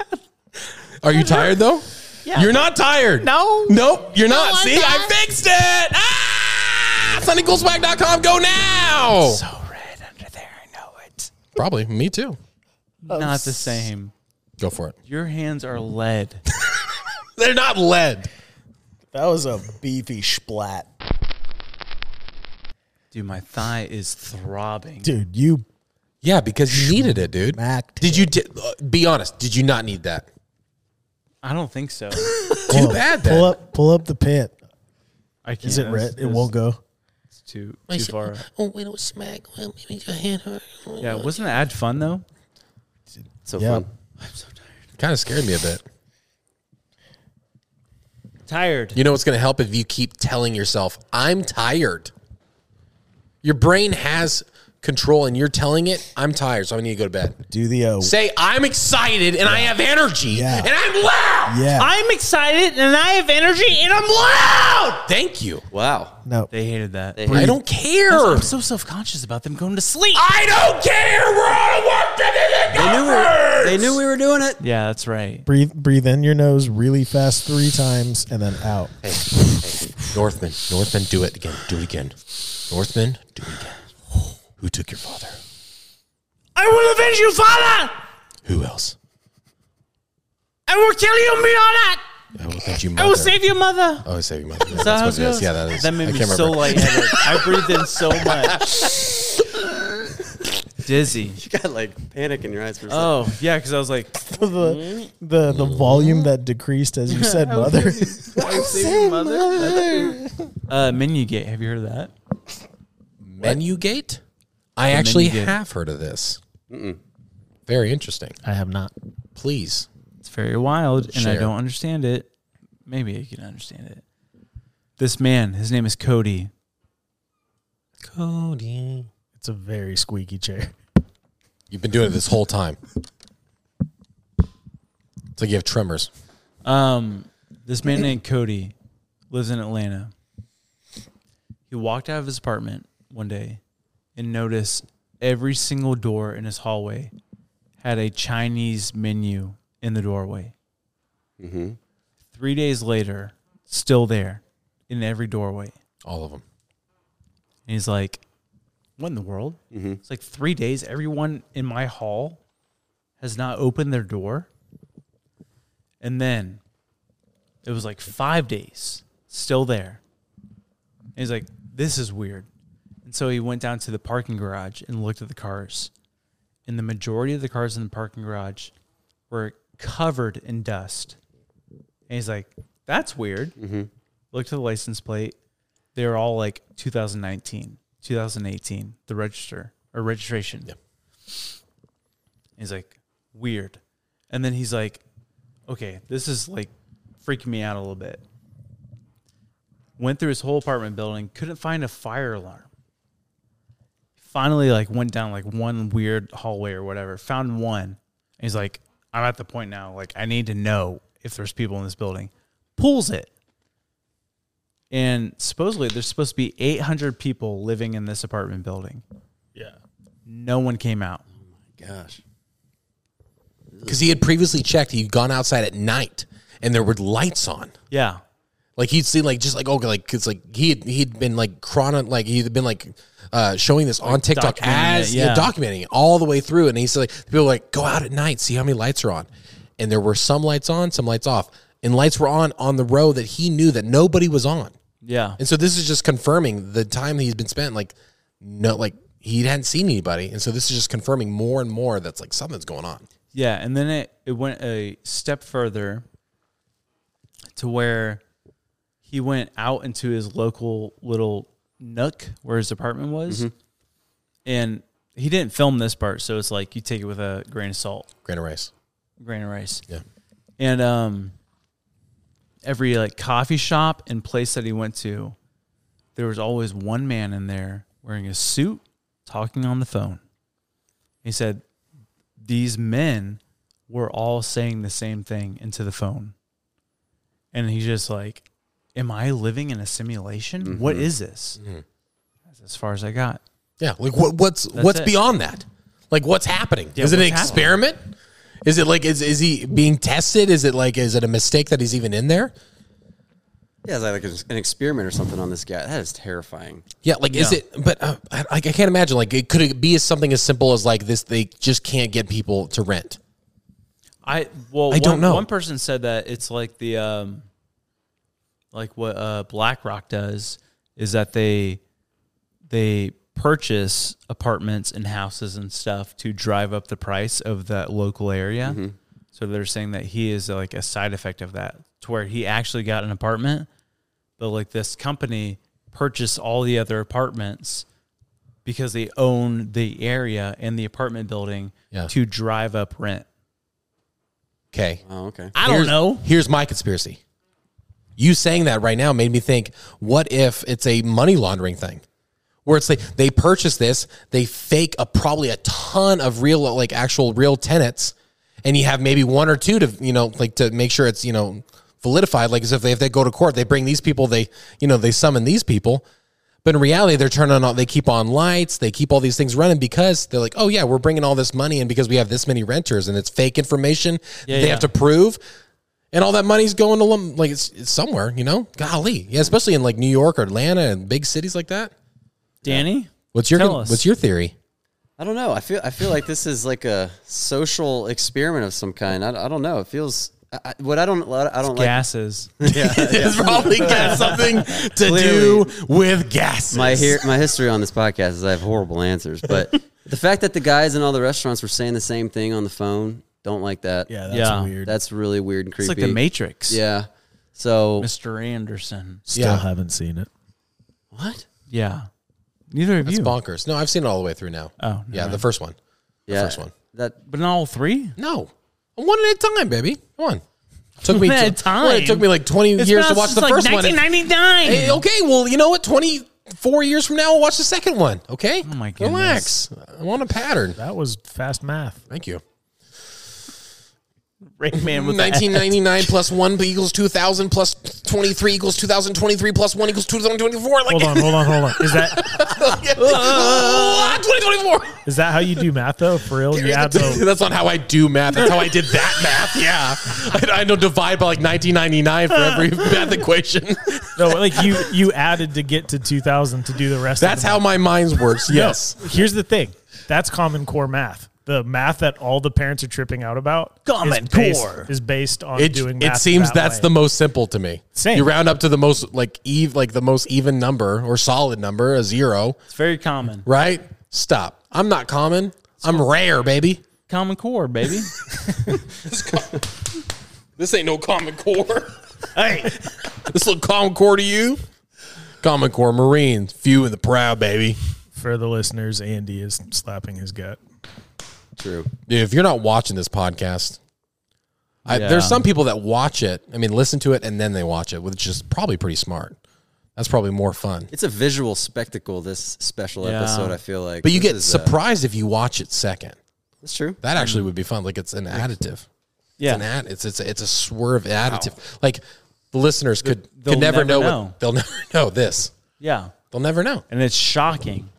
Are you tired though?
Yeah.
You're not tired.
No.
Nope, you're not.
I'm
See, I
not.
fixed it. Ah! SundayCoolSwag.com. Go now.
So red under there. I know it.
Probably. Me too.
Oh,
Not the same.
Go for it.
Your hands are lead.
They're not lead.
That was a beefy splat,
Dude, my thigh is throbbing.
dude. You
Yeah, because you needed it, dude.
macked.
Did you, di- uh, be honest, did you not need that?
I don't think so.
Too bad then.
Pull up, pull up the pant.
I can't.
Is it red? It won't go.
It's too too far. Oh, wait, it was smack. Well, maybe your hand hurt. Yeah, wasn't the ad fun though?
so
Yeah.
fun.
Kind of scared me a bit.
Tired.
You know what's going to help if you keep telling yourself, I'm tired. Your brain has control and you're telling it, I'm tired, so I need to go to bed.
Do the O.
Say, I'm excited and I have energy
Yeah.
and I'm loud.
Yeah.
I'm excited and I have energy and I'm loud.
Thank you.
Wow.
no.
They hated that.
I don't care.
I'm so self conscious about them going to sleep.
Ah!
I don't care. We're on a work day.
They knew, we were, they knew we were doing it.
Yeah, that's right.
Breathe, breathe in your nose really fast three times and then out.
Northman, Northman, do it again. Do it again. Northman, do it again. Who took your father?
I will avenge you, father.
Who else?
I will kill you, Miana.
I will Oh, thank you,
I
mother. Oh,
will save
I will save
your mother.
you, mother. Yeah,
That's
That's what it is. Yeah, that is.
That made
I
me
can't
so
remember.
lightheaded. I breathed in so much. Dizzy.
You got like panic in your eyes for a second.
Oh yeah, because I was like,
the the the volume that decreased as you said, mother.
uh, menu gate. Have you heard of that?
Menu gate? I actually
Menu Gate.
have heard of this. Very interesting.
I have not.
Please.
It's very wild, and I
Share.
don't understand it. Maybe you can understand it. This man, his name is Cody.
Cody.
It's a very squeaky chair.
You've been doing it this whole time. It's like you have tremors.
Um, this man named Cody lives in Atlanta. He walked out of his apartment one day and noticed every single door in his hallway had a Chinese menu in the doorway.
Mhm.
Three days later, still there. in every doorway.
All of them.
And he's like, "What in the world?" It's like three days. Everyone in my hall has not opened their door. And then it was like five days, still there. And he's like, "This is weird." And so he went down to the parking garage and looked at the cars. And the majority of the cars in the parking garage were covered in dust. And he's like, that's weird. Looked at the license plate. They were all like 2019, 2018, the register or registration. He's like, weird. And then he's like, okay, this is like freaking me out a little bit. Went through his whole apartment building, couldn't find a fire alarm. Finally, like went down like one weird hallway or whatever, found one. And he's like, I'm at the point now, like I need to know if there's people in this building. Pulls it. And supposedly there's supposed to be 800 people living in this apartment building.
Yeah.
No one came out.
Gosh. Because he had previously checked, he'd gone outside at night and there were lights on.
Yeah.
Like he'd seen like just like okay like it's like he had, he'd been like chrono like he'd been like uh showing this on TikTok
documenting
as
it,
yeah.
yeah.
documenting it all the way through and he said like people were like go out at night see how many lights are on and there were some lights on some lights off and lights were on on the row that he knew that nobody was on
Yeah.
and so this is just confirming the time that he's been spent like no like he hadn't seen anybody and so this is just confirming more and more that's like something's going on
Yeah, and then it, it went a step further to where he went out into his local little nook where his apartment was.
Mhm.
And he didn't film this part, so it's like you take it with a grain of salt.
Grain of rice.
Grain of rice.
Yeah.
And um every like coffee shop and place that he went to, there was always one man in there wearing a suit talking on the phone. He said these men were all saying the same thing into the phone. And he's just like, Am I living in a simulation? What
Mhm.
is this?
Mhm.
That's as far as I got.
Yeah, like what what's
That's
what's
it.
beyond that? Like what's happening?
Yeah,
is it an
what's happening?
experiment? Is it like is is he being tested? Is it like is it a mistake that he's even in there?
Yeah, it's like an experiment or something on this guy. That is terrifying.
Yeah, like is
Yeah.
it? But uh, I, I can't imagine. Like it could it be as something as simple as like this? They just can't get people to rent.
I well,
I
one,
don't know.
One person said that it's like the um, like what uh, BlackRock does is that they they purchase apartments and houses and stuff to drive up the price of that local area.
Mm-hmm.
Mhm.
So they're saying that he is like a side effect of that, to where he actually got an apartment, but like this company purchased all the other apartments because they own the area and the apartment building
Yeah.
to drive up rent.
Okay.
Oh, okay.
I don't
Here's-
know.
Here's my conspiracy. You saying that right now made me think, what if it's a money laundering thing? Where it's like they purchase this, they fake a probably a ton of real like actual real tenants, and you have maybe one or two to you know like to make sure it's you know validified. Like as if they if they go to court, they bring these people, they you know they summon these people, but in reality they're turning on they keep on lights, they keep all these things running because they're like, oh yeah, we're bringing all this money in because we have this many renters and it's fake information
Yeah,
that they
yeah.
have to prove and all that money's going to lum- like it's, it's somewhere, you know. Golly, yeah, especially in like New York or Atlanta and big cities like that.
Danny,
What's your
Tell us.
what's your theory?
I don't know. I feel I feel like this is like a social experiment of some kind. I, I don't know. It feels I, I- what I don't what I don't like
gases.
Yeah,
it's probably got something to
Clearly.
do with gases.
My here, my history on this podcast is I have horrible answers, but the fact that the guys in all the restaurants were saying the same thing on the phone, don't like that.
Yeah, that's Yeah.
weird. That's really weird and
It's
creepy.
like The Matrix.
Yeah. So
Mr. Anderson.
Still
Yeah.
haven't seen it.
What?
Yeah. Neither of
That's
you.
bonkers. No, I've seen it all the way through now.
Oh,
yeah,
never
the
mind.
first one. The
Yeah,
first one.
That,
but not all three.
No, one at a time, baby. One. Took me
One at a
to- well, it took me like twenty
It's
years
been
to
out
watch
since,
the
like,
first one.
1999.
Hey, okay, well, you know what? Twenty four years from now, I'll watch the second one. Okay. Oh
my
Relax. I'm on a pattern.
That was fast math.
Thank you.
Rain Man with the ads.
1999 plus 1 equals 2000 plus 23 equals 2023 plus 1 equals 2024. Like,
Hold on, hold on, hold on. Is that
Ah, 2024.
is that how you do math though? For real? You add the
That's not how I do math. That's how I did that math. Yeah. I, I know divide by like 1999 for every math equation.
no, like you you added to get to 2000 to do the rest.
That's
of the
how my mind works.
No,
Yes.
here's the thing. That's Common Core math. The math that all the parents are tripping out about.
Common
is based,
Core.
is based on
It,
doing.
it
math
seems
that
that's
way.
the most simple to me.
Same.
You round up to the most like eve like the most even number or solid number, a zero,
It's very common.
right? Stop. I'm not common. I'm rare, baby.
Common core, baby.
This ain't no common core. hey, this look common core to you? Common core Marines, few and the proud, baby.
for the listeners. Andy is slapping his gut.
True.
Dude, if you're not watching this podcast, I, there's
Yeah.
some people that watch it. I mean, listen to it and then they watch it, which is probably pretty smart. That's probably more fun.
It's a visual spectacle. This special
Yeah.
episode, I feel like.
But you
This
get
is, uh,
surprised if you watch it second.
That's true.
That actually would be fun. Like it's an additive.
Yeah.
It's an ad, it's it's a, it's a swerve additive. Like the listeners could
they'll
could never,
never
know,
know.
What, they'll never know this.
yeah.
They'll never know.
And it's shocking.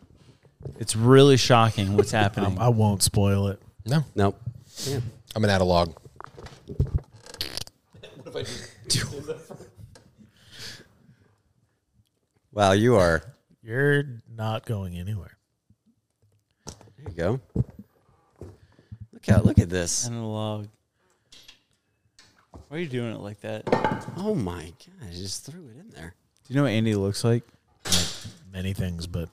It's really shocking what's happening.
I won't spoil it.
No.
Nope.
I'm an analog.
Wow, you are.
You're not going anywhere.
There you go. Look out! Look at this.
Analog. Why are you doing it like that?
Oh my god! I just threw it in there.
Do you know what Andy looks like?
Many things, but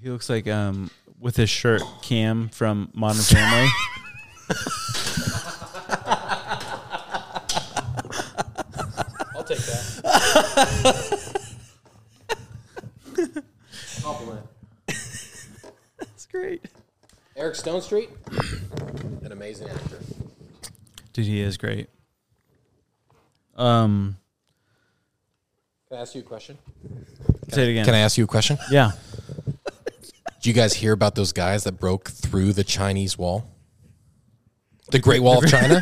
He looks like um with his shirt Cam from Modern Family.
I'll take that. Compliment.
That's great.
Eric Stone Street, an amazing actor.
Dude, he is great. Um,
Can I ask you a question?
say it again.
Can I ask you a question?
Yeah.
Did you guys hear about those guys that broke through the Chinese wall? The Great Wall of China?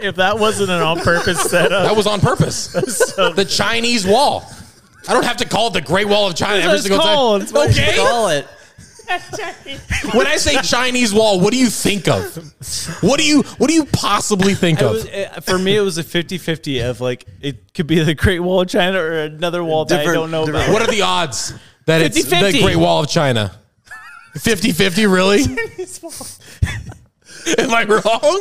if that wasn't an on-purpose setup,
That was on purpose. the Chinese wall. I don't have to call it the Great Wall of China every
what it's
single
called.
time.
It's what it's
okay.
Call it.
When I say Chinese wall, what do you think of? What do you what do you possibly think
It
of?
was, uh, for me, it was a 50-50 of like it could be the Great Wall of China or another wall that I don't
Different-
know about.
What are the odds that it's
50-50.
the Great Wall of China? 50-50, really? Am I wrong?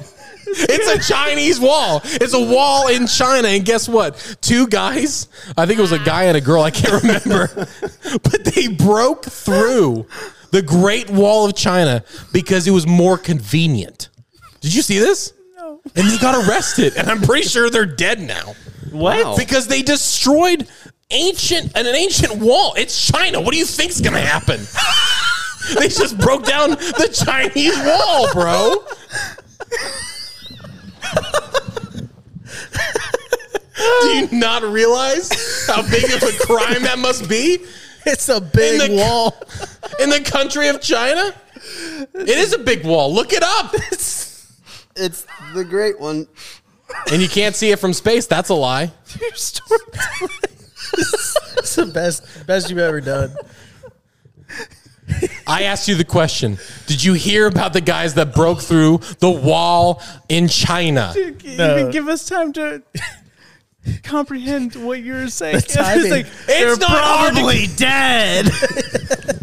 It's a Chinese wall. It's a wall in China, and guess what? Two guys, I think it was a guy and a girl, I can't remember, but they broke through the Great Wall of China because it was more convenient. Did you see this? No. And they got arrested, and I'm pretty sure they're dead now
What?
Oh.
because they destroyed ancient an ancient wall. It's China. What do you think's gonna happen? they just broke down the Chinese wall, bro. do you not realize how big of a crime that must be?
It's a big
In the-
wall.
In the country of China? It is a big wall. Look it up.
It's the great one.
And you can't see it from space. That's a lie.
It's the best best you've ever done.
I asked you the question. Did you hear about the guys that broke through the wall in China?
You didn't give us time to comprehend what you were saying. It's
timing.
like,
It's not hard to-
dead.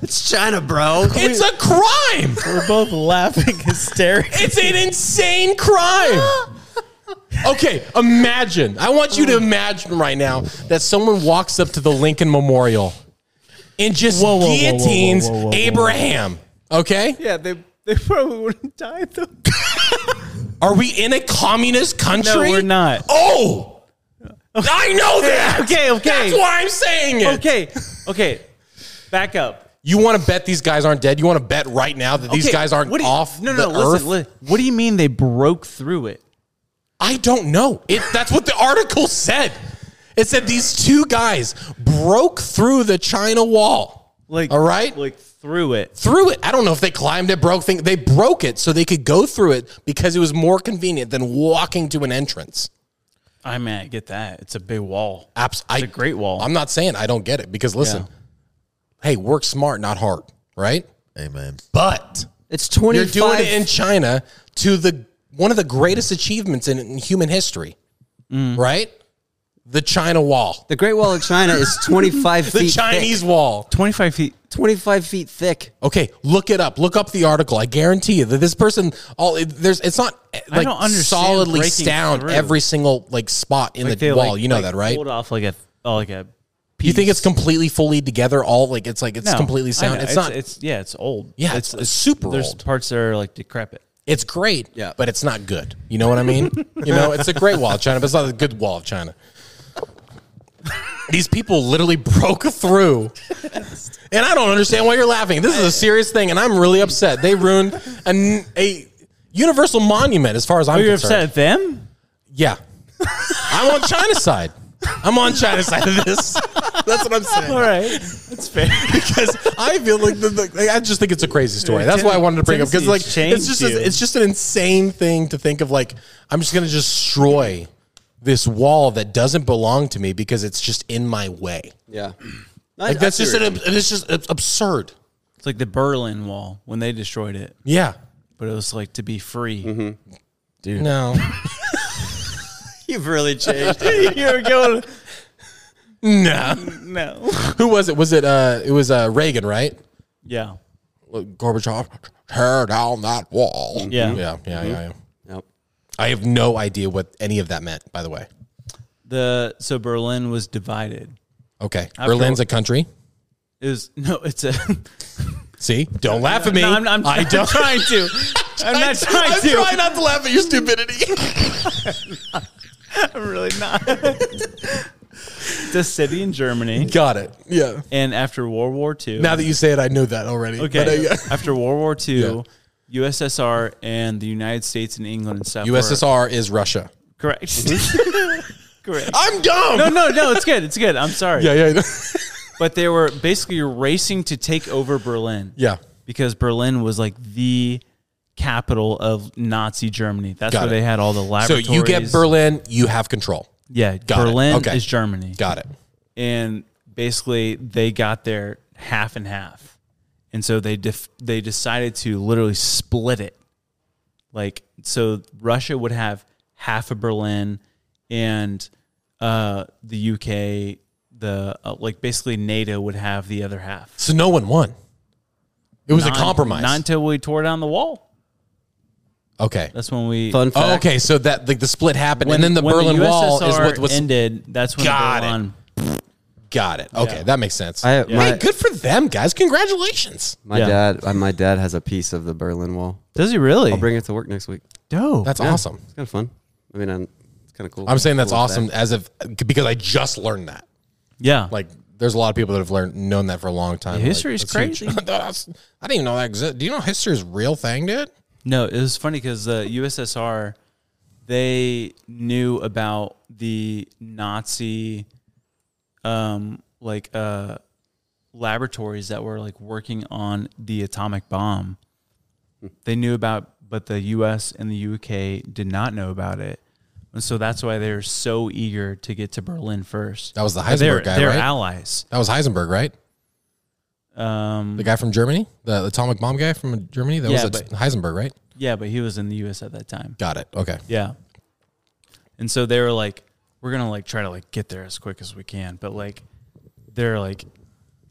It's China, bro.
It's a crime.
We're both laughing hysterically.
It's an insane crime. Okay, imagine. I want you to imagine right now that someone walks up to the Lincoln Memorial and just
Whoa, whoa, whoa, whoa, whoa,
guillotines
whoa, whoa, whoa.
Abraham. Okay?
yeah, they they probably wouldn't die though.
Are we in a communist country?
No, we're not.
Oh! I know that.
Okay, okay.
That's why I'm saying it.
Okay, okay, back up.
You want to bet these guys aren't dead? You want to bet right now that these
Okay,
guys aren't
what do you-
off
No,
the
no, no.
earth?
Listen, li- what do you mean they broke through it?
I don't know. It, that's what the article said. It said these two guys broke through the China wall.
Like
all right,
like through it,
through it. I don't know if they climbed it, broke thing. They broke it so they could go through it because it was more convenient than walking to an entrance.
I mean, I get that. It's a big wall.
Abs-
it's a great wall.
I'm not saying I don't get it because listen, hey, work smart, not hard, right?
Amen.
But
it's
You're doing it in China to the one of the greatest achievements in, in human history,
Mm.
right? The China Wall.
The Great Wall of China is 25 feet.
the Chinese Wall.
25 feet.
25 feet thick.
Okay, look it up. Look up the article. I guarantee you that this person all it- there's it's not eh,
I
like
don't understand
solidly
breaking
sound
through.
every single like spot in
Like
the
they,
wall.
like-
you know
like
that, right?
Pulled off like a oh, like a.
You think it's completely fully together all like it's like it's
No, I
completely sound.
know.
It's, not it's,
It's yeah. It's old.
Yeah, it's- it's super
There's
old.
parts that are like decrepit.
great, yeah. but it's not good. You know what I mean? you know, it's a great wall of China, but it's not a good wall of China. These people literally broke through. And I don't understand why you're laughing. This is a serious thing, and I'm really upset. They ruined a, a universal monument, as far as I'm
Are Oh, you
concerned.
upset at them?
Yeah. I'm on China's side. I'm on China's side of this. That's what I'm saying. All
right. That's fair.
because I feel like, the, the- like, I just think it's a crazy story. That's why I wanted to bring it up because like it's
Tennessee's
just
changed you.
it's just an insane thing to think of like I'm just going to destroy this wall that doesn't belong to me because it's just in my way.
Yeah.
Like that's just an, ab- it's just ab- absurd.
It's like the Berlin Wall when they destroyed it.
Yeah.
But it was like to be free.
Dude. No.
You've really changed.
You're going.
no.
No.
Who was it? Was it uh it was uh Reagan, right?
Yeah.
Gorbachev, tear down that wall. Yeah.
Yeah.
Mm-hmm. Yeah.
Mhm.
Yeah. yeah.
Yep.
I have no idea what any of that meant, by the way.
The so Berlin was divided.
Okay.
After-
Berlin's a country.
It was no. It's a.
See? Don't laugh at me.
No, I'm, I'm,
I
I'm
don't-
trying to. I'm not trying
I'm
to.
trying not to laugh at your stupidity.
I'm really not. it's a city in Germany.
Got it. Yeah.
And after World War II.
Now that you say it, I know that already. But, uh,
Okay.
yeah.
After World War II, USSR and the United States and England and stuff. were-
USSR is Russia.
correct.
Mm-hmm.
correct.
I'm dumb.
No, no, no. It's good. It's good. I'm sorry.
Yeah, yeah.
but they were basically racing to take over Berlin.
Yeah.
Because Berlin was like the capital of Nazi Germany. That's
Got
where
it.
they had all the
So
laboratories.
you get Berlin, you have control.
Yeah,
Got it.
Berlin
Okay.
is Germany.
Got it.
And basically, they got there half and half, and so they def- they decided to literally split it. Like, so Russia would have half of Berlin, and uh, the UK, the uh, like basically NATO would have the other half.
So no one won. It was
Not-
a compromise.
Not until we tore down the wall.
okay.
That's when we.
Fun fact.
Oh, okay, so that like the split happened, and
When-
then the
when
Berlin Wall is
USSR
what was
ended. That's when
Got it.
Berlin.
Got it. Oh, Okay, that makes sense.
I- my-
hey, good for them, guys. Congratulations.
My
Yeah.
dad, uh, my dad has a piece of the Berlin Wall.
Does he really?
I'll bring it to work next week.
Dope.
That's
Yeah,
awesome.
It's kind of fun. I mean, I'm, it's kind of cool.
I'm saying that's
Cool
awesome
fact.
as of because I just learned that.
Yeah.
Like, there's a lot of people that have learned known that for a long time.
Yeah, history's
Like, that's huge.
crazy.
That's- I didn't even know that existed. Do you know history is a real thing, dude?
No, it was funny uh, because the USSR, they knew about the Nazi, um, like uh, laboratories that were like working on the atomic bomb. They knew about, but the U.S. and the U.K. did not know about it, and so that's why they're so eager to get to Berlin first.
That was the
But they're,
Heisenberg guy,
They're
right?
allies.
That was Heisenberg, right?
Um,
The guy from Germany, the atomic bomb guy from Germany. That was
Yeah,
a,
but-
Heisenberg, right?
yeah, but he was in the U.S. at that time.
Got it. Okay.
Yeah. And so they were like, we're gonna like try to like get there as quick as we can, but like they're like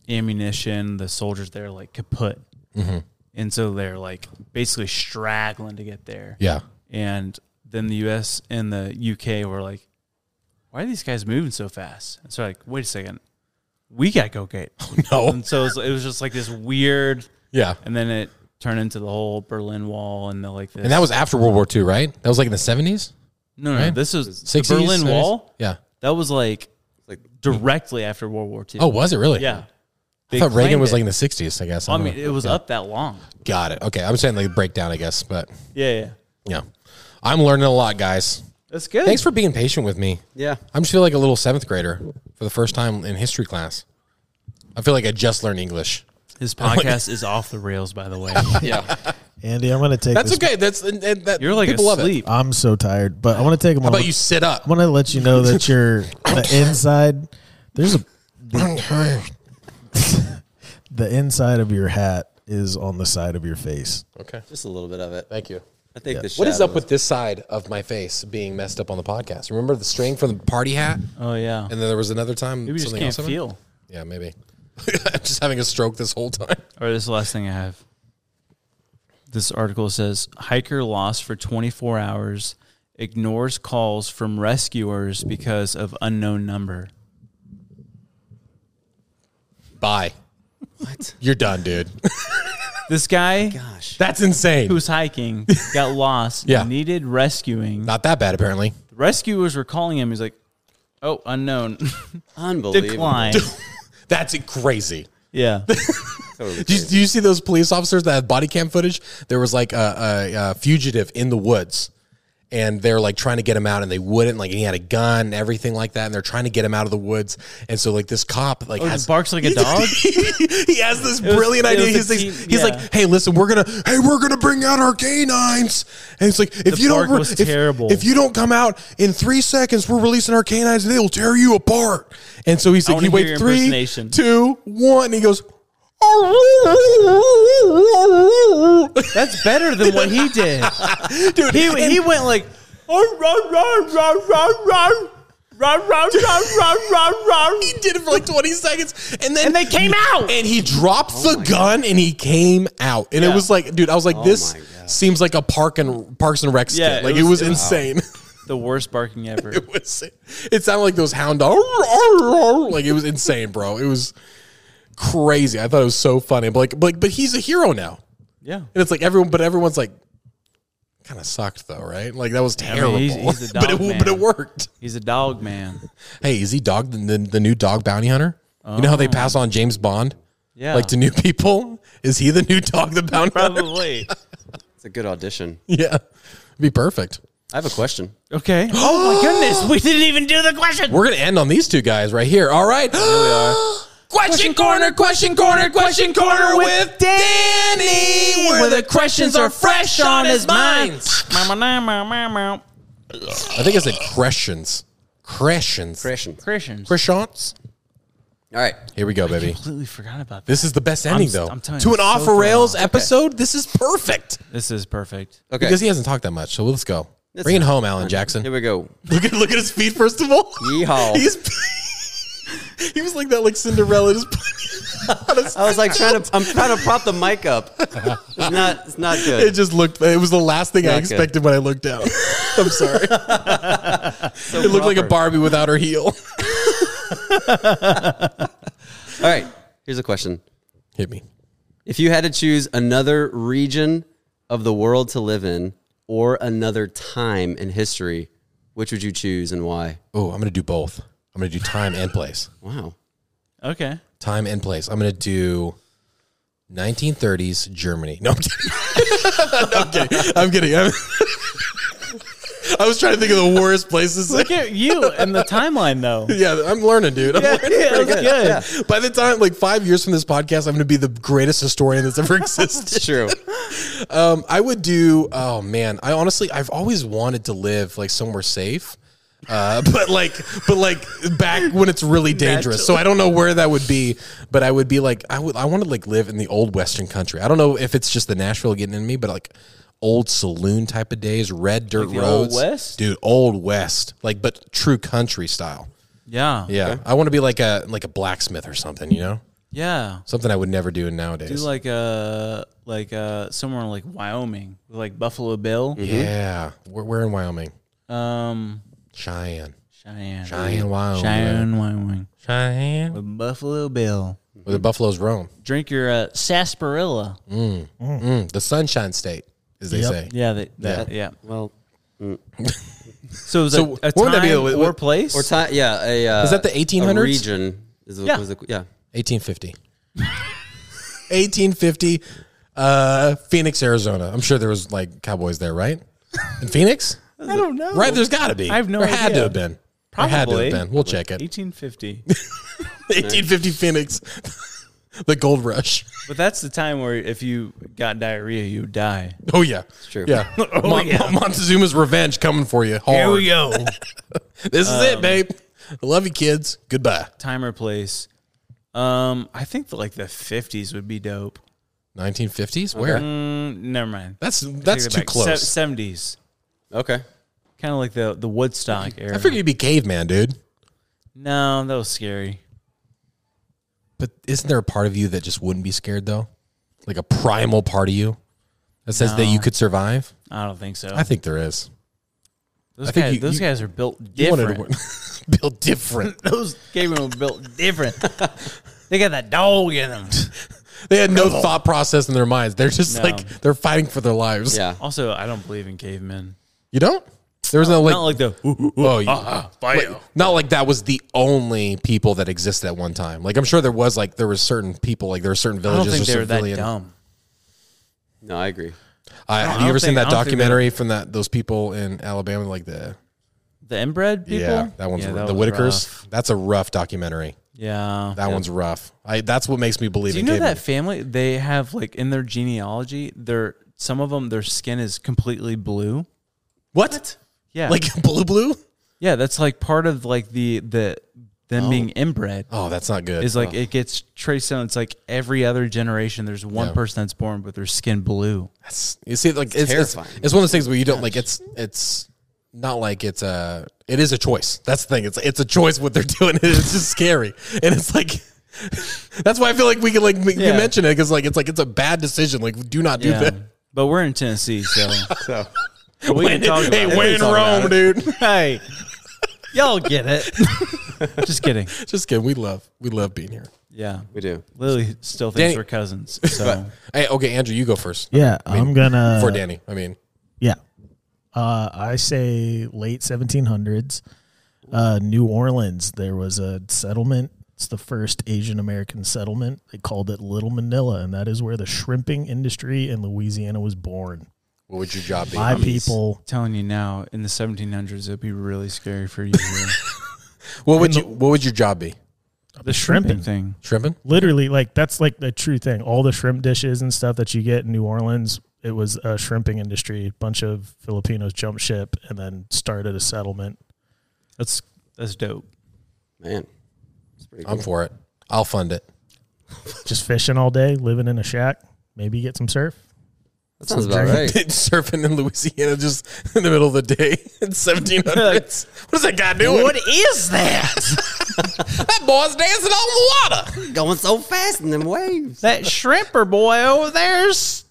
ammunition, the soldiers there like kaput.
Mhm.
And so they're like basically straggling to get there.
Yeah.
And then the US and the UK were like, Why are these guys moving so fast? And so like, wait a second, we gotta go get
Oh, no.
And so it was, it was just like this weird
Yeah.
And then it turned into the whole Berlin Wall and the like this
And that was after World War II, right? That was like in the 70s.
no, no,
Right?
this was the
60s,
Berlin
70s?
Wall.
Yeah.
that was like, directly after World War II.
Oh, was it really?
Yeah,
I
They
thought
claimed
Reagan was
it.
like in the 60s. I guess.
I
don't
mean,
know.
it was
Yeah.
up that long.
Got it. Okay. I'm saying like breakdown, I guess, but
Yeah, yeah,
yeah, I'm learning a lot, guys.
that's good.
Thanks for being patient with me.
Yeah.
I'm just feel like a little seventh grader for the first time in history class. I feel like I just learned English.
His podcast is off the rails, by the way.
Oh, Yeah.
Andy, I'm going to take
That's
this.
okay. That's and, and that,
You're like
people love it. Uh,
I'm so tired, but I want to take a
How
moment.
about you sit up?
I want to let you know that you're the inside. There's a the inside of your hat is on the side of your face.
Okay.
Just a little bit of it.
Thank you.
I think the
What is
shadow
up with this side of my face being messed up on the podcast? Remember the string from the party hat?
Oh yeah.
And then there was another time
Maybe you just
something
can't
else happened?
feel.
Yeah, maybe. I'm just having a stroke this whole time.
All right, this is the last thing I have. This article says hiker lost for 24 hours, ignores calls from rescuers because of unknown number.
Bye. What? You're done, dude.
This guy,
that's insane.
Who's hiking got lost?
Yeah.
needed rescuing.
Not that bad, apparently.
The rescuers were calling him. He's like, "Oh, unknown."
Unbelievable.
Decline.
That's crazy.
yeah. Oh,
Do you, do you see those police officers that have body cam footage? There was like a, a, a fugitive in the woods, and they're like trying to get him out, and they wouldn't. Like he had a gun, and everything like that, and they're trying to get him out of the woods. And so like this cop like
Oh,
has
it barks like a dog.
he has this
was-
brilliant
it was
idea.
the
He's, like,
team-
he's
yeah.
like, hey, listen, we're gonna, hey, we're gonna bring out our canines, and it's like, if
The
you don't,
bark
re-
was
if,
terrible.
if you don't come out in three seconds, we're releasing our canines, and they will tear you apart. And so he's
I
like, he
wanna hear
waits
your
three,
impersonation.
two, one, and he goes. "Oh,
That's better than what he did.
Dude,
he, he went like,
Oh, he did it for like 20 seconds and then and they came out and he dropped the gun and he came out and it
Oh Yeah. Oh
was like dude i was like this seems like a park and parks and rec skit
Yeah, it
like it was,
was- it was-
insane
the worst barking ever.
it was it sounded like those hound dogs like it was insane bro it was crazy i thought it was so funny but like but, but he's a hero now
Yeah.
and it's like everyone but everyone's like kind of sucked though right like that was
I
terrible
mean, he's, he's a dog
but, it,
man.
but it worked
He's a dog man.
Hey, is he dog the, the, the new dog bounty hunter? You know how they pass on James Bond?
Oh. Yeah.
Like to new people? Is he the new dog the bounty hunter?
Probably.
It's a good audition.
Yeah. Be perfect.
I have a question.
Okay. Oh my goodness, we didn't even do the question.
We're going to end on these two guys right here. All right. Question corner, question corner, question corner with Danny, where the questions are fresh on his mind. I think I said questions. Questions.
Questions.
Christians.
Questions.
All right.
Here we go, baby.
Completely forgot about that.
This is the best ending,
I'm-
though.
I'm telling
to
you,
an
so
off the
thrown
rails
off. Okay.
episode, this is perfect.
This is perfect.
Okay.
Because he hasn't talked that much. So let's go.
That's
Bring it
fine.
home, Alan Jackson.
Here we go.
Look at look at his feet first of all.
Yeehaw.
He's he was like that, like Cinderella. Just
I was like trying to. I'm trying to prop the mic up. It's not. It's not
it
good.
just looked. It was the last thing I
Not good.
expected when I looked down. I'm sorry.
So
it looked like a
proper.
Barbie without her heel.
All right. Here's a question.
Hit me.
If you had to choose another region of the world to live in or another time in history, which would you choose and why?
Oh, I'm gonna do both. I'm gonna do time and place.
Wow.
Okay.
Time and place. I'm gonna do 1930s Germany. No, I'm kidding. No, I'm kidding. I'm kidding. I'm- I was trying to think of the worst places.
Look at you and the timeline though.
Yeah, I'm learning, dude. I'm learning
yeah,
pretty
that was
good.
good.
Yeah. By the time, like five years from this podcast, I'm going to be the greatest historian that's ever existed.
It's true.
um, I would do. Oh man, I honestly, I've always wanted to live like somewhere safe, uh, but like, but like back when it's really dangerous. So I don't know where that would be, but I would be like, I would, I want to like live in the old Western country. I don't know if it's just the Nashville getting in me, but like. Old saloon type of days, red dirt
the Old
roads,
West?
dude. Old West, like but true country style.
Yeah.
Yeah, I want to be like a like a blacksmith or something. You know,
Yeah.
something I would never do
Do
nowadays.
like uh like uh somewhere like Wyoming, like Buffalo Bill.
yeah, we're, we're in Wyoming,
Um
Cheyenne,
Cheyenne.
Cheyenne, Wyoming,
Cheyenne, Wyoming.
Cheyenne,
With Buffalo Bill.
where the buffaloes roam.
Drink your uh, sarsaparilla.
Mm. Mm. The Sunshine State, as they
Yep.
say.
Yeah, that, that yeah.
Well,
So it was
So
a, a
what would that be?
time
What-
or
what-
place?
or time. Yeah. A, uh,
Is that the
a
1800s?
region? Is the,
Yeah.
Was the, yeah.
1850. 1850, uh, Phoenix, Arizona. I'm sure there was like cowboys there, right? In Phoenix,
I don't know.
right? There's got to be.
I have no
There had
idea.
to have been. There had to
Probably.
have been. We'll check it.
1850.
1850 Phoenix. the gold rush.
But that's the time where if you got diarrhea, you would die.
Oh yeah,
it's true. Oh,
Yeah. Mon- Mon- Montezuma's revenge coming for you. Hard.
Here we go.
this is it,
Um,
babe. I love you, kids. Goodbye.
Timer place. Um, I think like the fifties would be dope.
1950s? Where?
Mm, never mind.
That's-
I take
that's
it
too
back.
close.
Seventies.
Okay.
Kind of like the the Woodstock era.
I figured you'd be caveman, dude.
No, that was scary.
But isn't there a part of you that just wouldn't be scared though? Like a primal part of you that says that
No. Oh.
you could survive?
I don't think so.
I think there is.
Those
I think
guys,
you-
those
you-
guys are built
you wanted to
different.
built different.
those cavemen were built different. they got that dog in them.
They had no thought process in their minds. They're just
No.
like they're fighting for their lives.
Also, I don't believe in cavemen.
You don't? There was no, like
Not like the
oh, you-
ah, fire.
like- not like that was the only people that existed at one time. Like I'm sure there was like there was certain people like there were certain
I don't
villages
think
or
they were
certain
that
villian-
dumb.
No, I agree.
I,
I don't-
have
I
you ever
don't
seen
think-
that
I don't think they
documentary from that those people in Alabama like the
The inbred people.
Yeah, that one's
Yeah,
r-
that
the
was
Whitakers.
rough.
That's a rough documentary.
Yeah,
that
Yeah.
one's rough. I that's what makes me believe
Do you
in
know
cavemen.
that family? They have like in their genealogy, their some of them their skin is completely blue.
What?
Yeah,
Like blue blue.
Yeah, that's like part of like the the them
Oh.
being inbred.
Oh, that's not good.
Is like
Oh.
it gets traced down. It's like every other generation, there's one
Yeah.
person that's born with their skin blue.
That's You see, like it's it's,
terrifying.
it's one of those things where you don't like it's it's not like it's a it is a choice. That's the thing. It's it's a choice what they're doing. It's just scary, and it's like that's why I feel like we can like we
Yeah.
mention it because like it's like it's a bad decision. Like do not do
yeah,
that.
but we're in Tennessee, so so we
When-
can talk about
hey,
it.
when in
Talk about
Rome,
it.
dude.
Hey, y'all get it. Just kidding.
Just kidding. We love we love being here.
Yeah,
we do.
Lily still thinks
Danny-
we're cousins. So
But- hey, okay, Andrew, you go first.
Yeah,
I mean,
I'm gonna-
for Danny. I mean,
Yeah. Uh, I say late 1700s. Uh, New Orleans, there was a settlement. It's the first Asian American settlement. They called it Little Manila, and that is where the shrimping industry in Louisiana was born.
what would your job be?
My people.
telling you now, in the 1700s, it'd be really scary for you.
What would you What would your job be?
the
shrimping.
shrimping thing.
Shrimping?
Literally, like, that's like the true thing. All the shrimp dishes and stuff that you get in New Orleans, it was a shrimping industry. bunch of Filipinos jumped ship and then started a settlement.
That's that's dope.
Man,
I'm for it. I'll fund it.
Just fishing all day, living in a shack, maybe get some surf.
That sounds about right.
Surfing in Louisiana just in the middle of the day in 1700s. what is that guy doing?
What is that?
that boy's dancing on the water.
Going so fast in them waves.
That shrimper boy over there's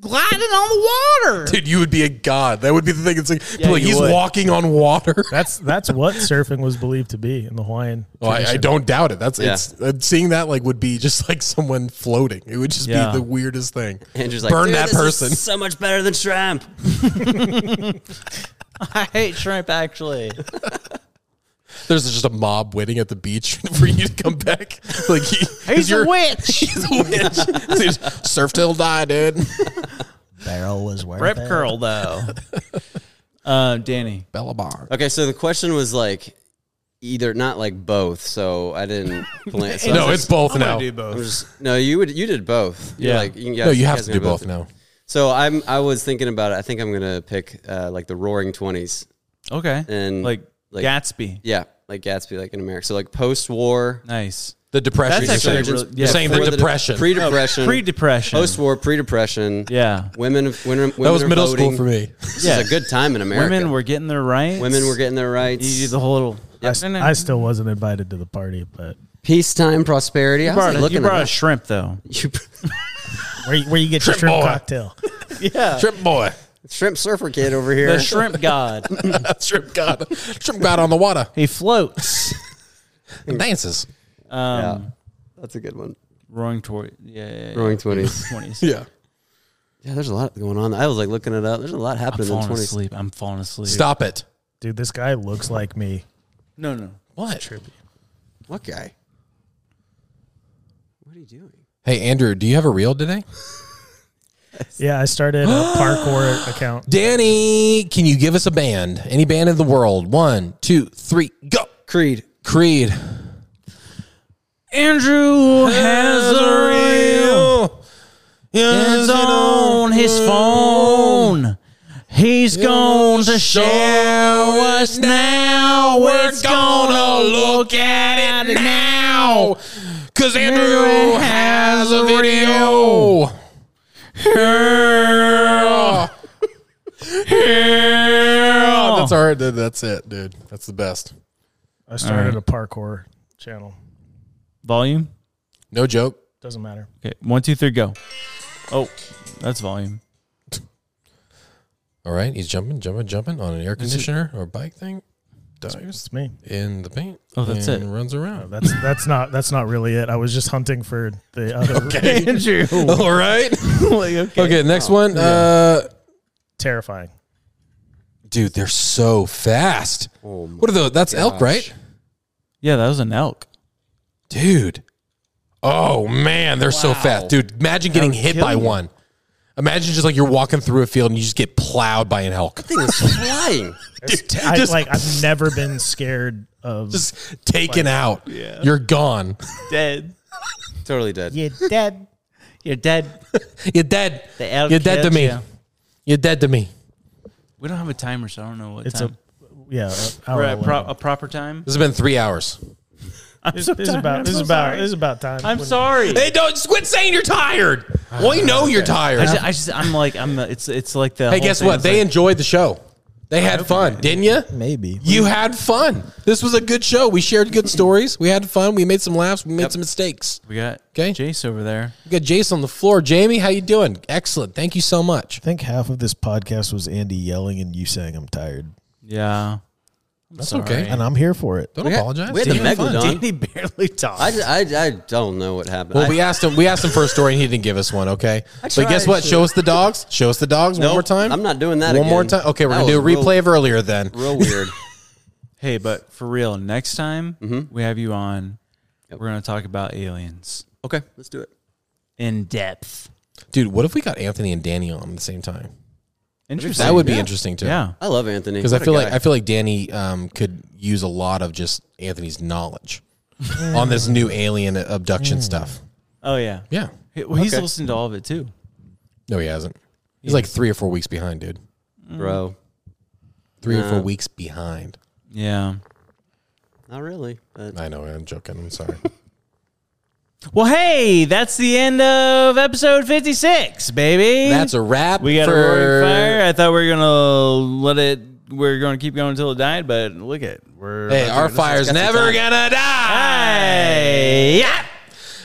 gliding on the water.
Dude, you would be a god. That would be the thing. It's like,
Yeah,
like
you
he's
would.
walking on water.
That's that's what surfing was believed to be in the Hawaiian.
Oh, I, I
tradition.
don't doubt it. That's
Yeah.
it's uh, seeing that like would be just like someone floating. It would just
Yeah.
be the weirdest thing.
Andrew's like,
burn
"Dude,
that
this is
person.
so much better than shrimp.
I hate shrimp actually.
There's just a mob waiting at the beach for you to come back. Like he, 'cause
He's a
you're-
witch.
He's a witch. Dude, Surf till die, dude.
Barrel was worth
Rip
it.
curl though. uh, Danny
Bellabar.
Okay, so the question was like either not like both, so I didn't plan. So I
No,
was
it's both
I'm
now.
gonna do
both.
I'm just- no, you would you did both. You're
Yeah.
like, you guys,
No, you have
guys
to
are
do
gonna
both now.
So I'm I was thinking about it. I think I'm gonna pick uh, like the Roaring Twenties.
Okay.
and
Like Gatsby.
Yeah, like Gatsby, like in America. So like post war.
Nice.
The Depression. That's You're actually saying- really- you're yeah, saying the
Before
Depression.
pre-depression,
Oh, pre-depression.
Mm. post-war, pre-depression.
Yeah,
women, of- women, women
was
are
middle school
voting.
for me.
This
Yeah.
is a good time in America.
Women were getting their rights.
Women were getting their rights.
You do the whole little.
I, s- I still wasn't invited to the party, but
peacetime prosperity.
You
I was
brought, a,
looking
you
at
brought
that.
a shrimp though.
where you, where you get your
Shrimp
shrimp
boy.
cocktail?
yeah,
shrimp boy,
shrimp surfer kid over here.
The shrimp god.
shrimp god. Shrimp god on the water.
He floats.
And dances.
Um,
Yeah. That's a good one.
Roaring twenties. Yeah, yeah, yeah.
Roaring Twenties.
Twenties.
Yeah.
Yeah, there's a lot going on. I was like looking it up. There's a lot happening in the
falling
20s.
asleep. I'm falling asleep.
Stop it.
Dude, this guy looks like me.
No, no.
What?
What guy? What are you doing?
Hey Andrew, do you have a reel today?
Yeah, I started a parkour account.
Danny, can you give us a band? Any band in the world? One, two, three, go.
Creed.
Creed.
Andrew has a It's on his phone. He's going to show us now. We're gonna look at it now.
Cause Andrew has a video. Here. Here. That's our. that- That's it, dude. That's the best.
I started
All
a parkour channel.
Volume?
No joke.
Doesn't matter.
Okay, one, two, three, go. Oh, that's volume.
All right, he's jumping, jumping, jumping on an air
Is it-
conditioner or bike thing. Dives
It's me.
in the paint.
Oh, that's
and
it.
Runs around.
That's that's not that's not really it. I was just hunting for the other
Okay. Andrew. All right.
Like,
okay. next one. Uh,
Terrifying.
dude, they're so fast. what are those? That's elk,
gosh.
right?
Yeah, that was an elk.
Dude. Oh man, they're so fast, dude. Imagine getting
That'll
hit
kill
by
you.
one. Imagine just like you're walking through a field and you just get plowed by an elk.
thing is flying.
I,
Just-
like I've never been scared of
just Taken out. You're gone.
dead.
totally dead.
You're dead.
You're dead.
You're dead.
The elk
You're dead to
killed
me.
you.
You're dead to me.
We don't have a timer, so I don't know what
It's
time.
a- yeah, uh, a-
We're
hour
at pro- a proper time.
This has been three hours.
I'm
This,
so
this is
tired.
about
I'm
this is
so
about
sorry.
this is about time.
I'm sorry.
Hey, don't just quit saying you're tired. we know you're tired.
I just, I just, I'm like, I'm. uh, It's, it's like the.
hey,
whole
guess
thing
what?
is
They
like-
enjoyed the show. They had fun, didn't you? Maybe. You had fun. This was a good show. We shared good stories. We had fun. We made some laughs. We made some mistakes.
we got
okay.
Jace over there.
We got Jason on the floor. Jamie, how you doing? Excellent. Thank you so much.
I think half of this podcast was Andy yelling and you saying I'm tired.
Yeah.
That's okay.
And I'm here for it.
Don't apologize.
We had the megalodon.
Danny barely talked.
I, I, I don't know what happened.
Well,
I-
we asked him. We asked him for a story, and he didn't give us one. Okay,
I
but guess
tried
what?
to.
Show us the dogs. Show us the dogs
Nope,
one more time.
I'm not doing that
One more
again.
time. Okay, we're
That
gonna do a
was real-
replay of earlier then.
real weird.
Hey, but for real, next time
Mm-hmm.
we have you on, we're gonna talk about aliens
okay, let's do it.
in depth.
Dude, what if we got Anthony and Danny on at the same time?
Interesting.
That would be
Yeah.
interesting too.
Yeah.
I love Anthony
because I
What a
feel like
guy.
I feel like Danny um, could use a lot of just Anthony's knowledge on this new alien abduction stuff.
Oh yeah.
Yeah.
Hey, well, he's
Okay.
listened to all of it too.
No, he hasn't. He's like three or four weeks behind, dude.
bro.
Three or four
No.
weeks behind.
Yeah.
Not really. But
I know. I'm joking. I'm sorry.
Well, hey, that's the end of episode 56, baby.
That's a wrap.
We got
for-
a roaring fire. I thought we were gonna let it. We are gonna keep going until it died, but look at we're.
Hey, our fire's never gonna die.
Hey, yeah.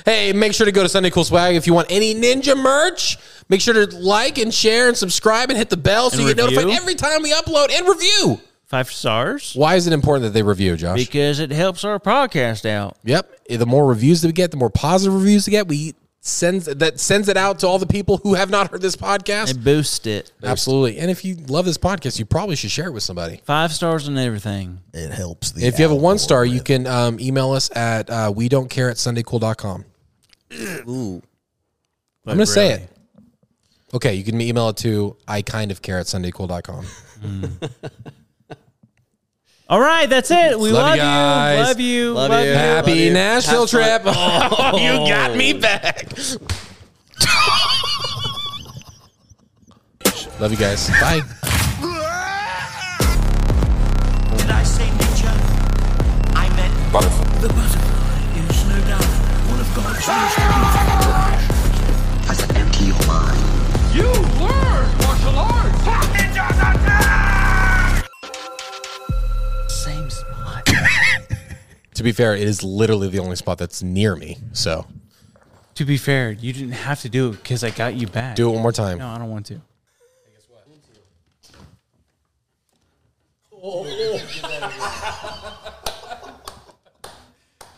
Hey, make sure to go to Sunday Cool Swag if you want any ninja merch. Make sure to like and share and subscribe and hit the bell so
And
you get
review.
notified every time we upload and review.
Five stars
Why is it important that they review, Josh?
because it helps our podcast out.
Yep. The more reviews that we get, the more positive reviews we get, we sends that sends it out to all the people who have not heard this podcast.
It boosts it.
Absolutely. And if you love this podcast, you probably should share it with somebody.
Five stars and everything.
It helps the
If you have a one star, you can um, email us at uh, we don't care at sundaycool.com. I'm
Ooh.
going to say it. Okay, you can email it to I kind of care at sundaycool.com.
All right, that's it. We
Love
love,
you guys.
you. Love you.
Love you.
Happy
Love you.
Nashville
Have fun.
trip. Oh, you got me back. love you guys. Bye.
Did I say ninja? I meant butterfly. The butterfly is no doubt one of God's most beautiful Has an empty your mind. You learn martial arts. Ninjas attack! Same spot.
To be fair, it is literally the only spot that's near me. So
To be fair, you didn't have to do it because I got you back.
do it one more time.
No, I don't want to.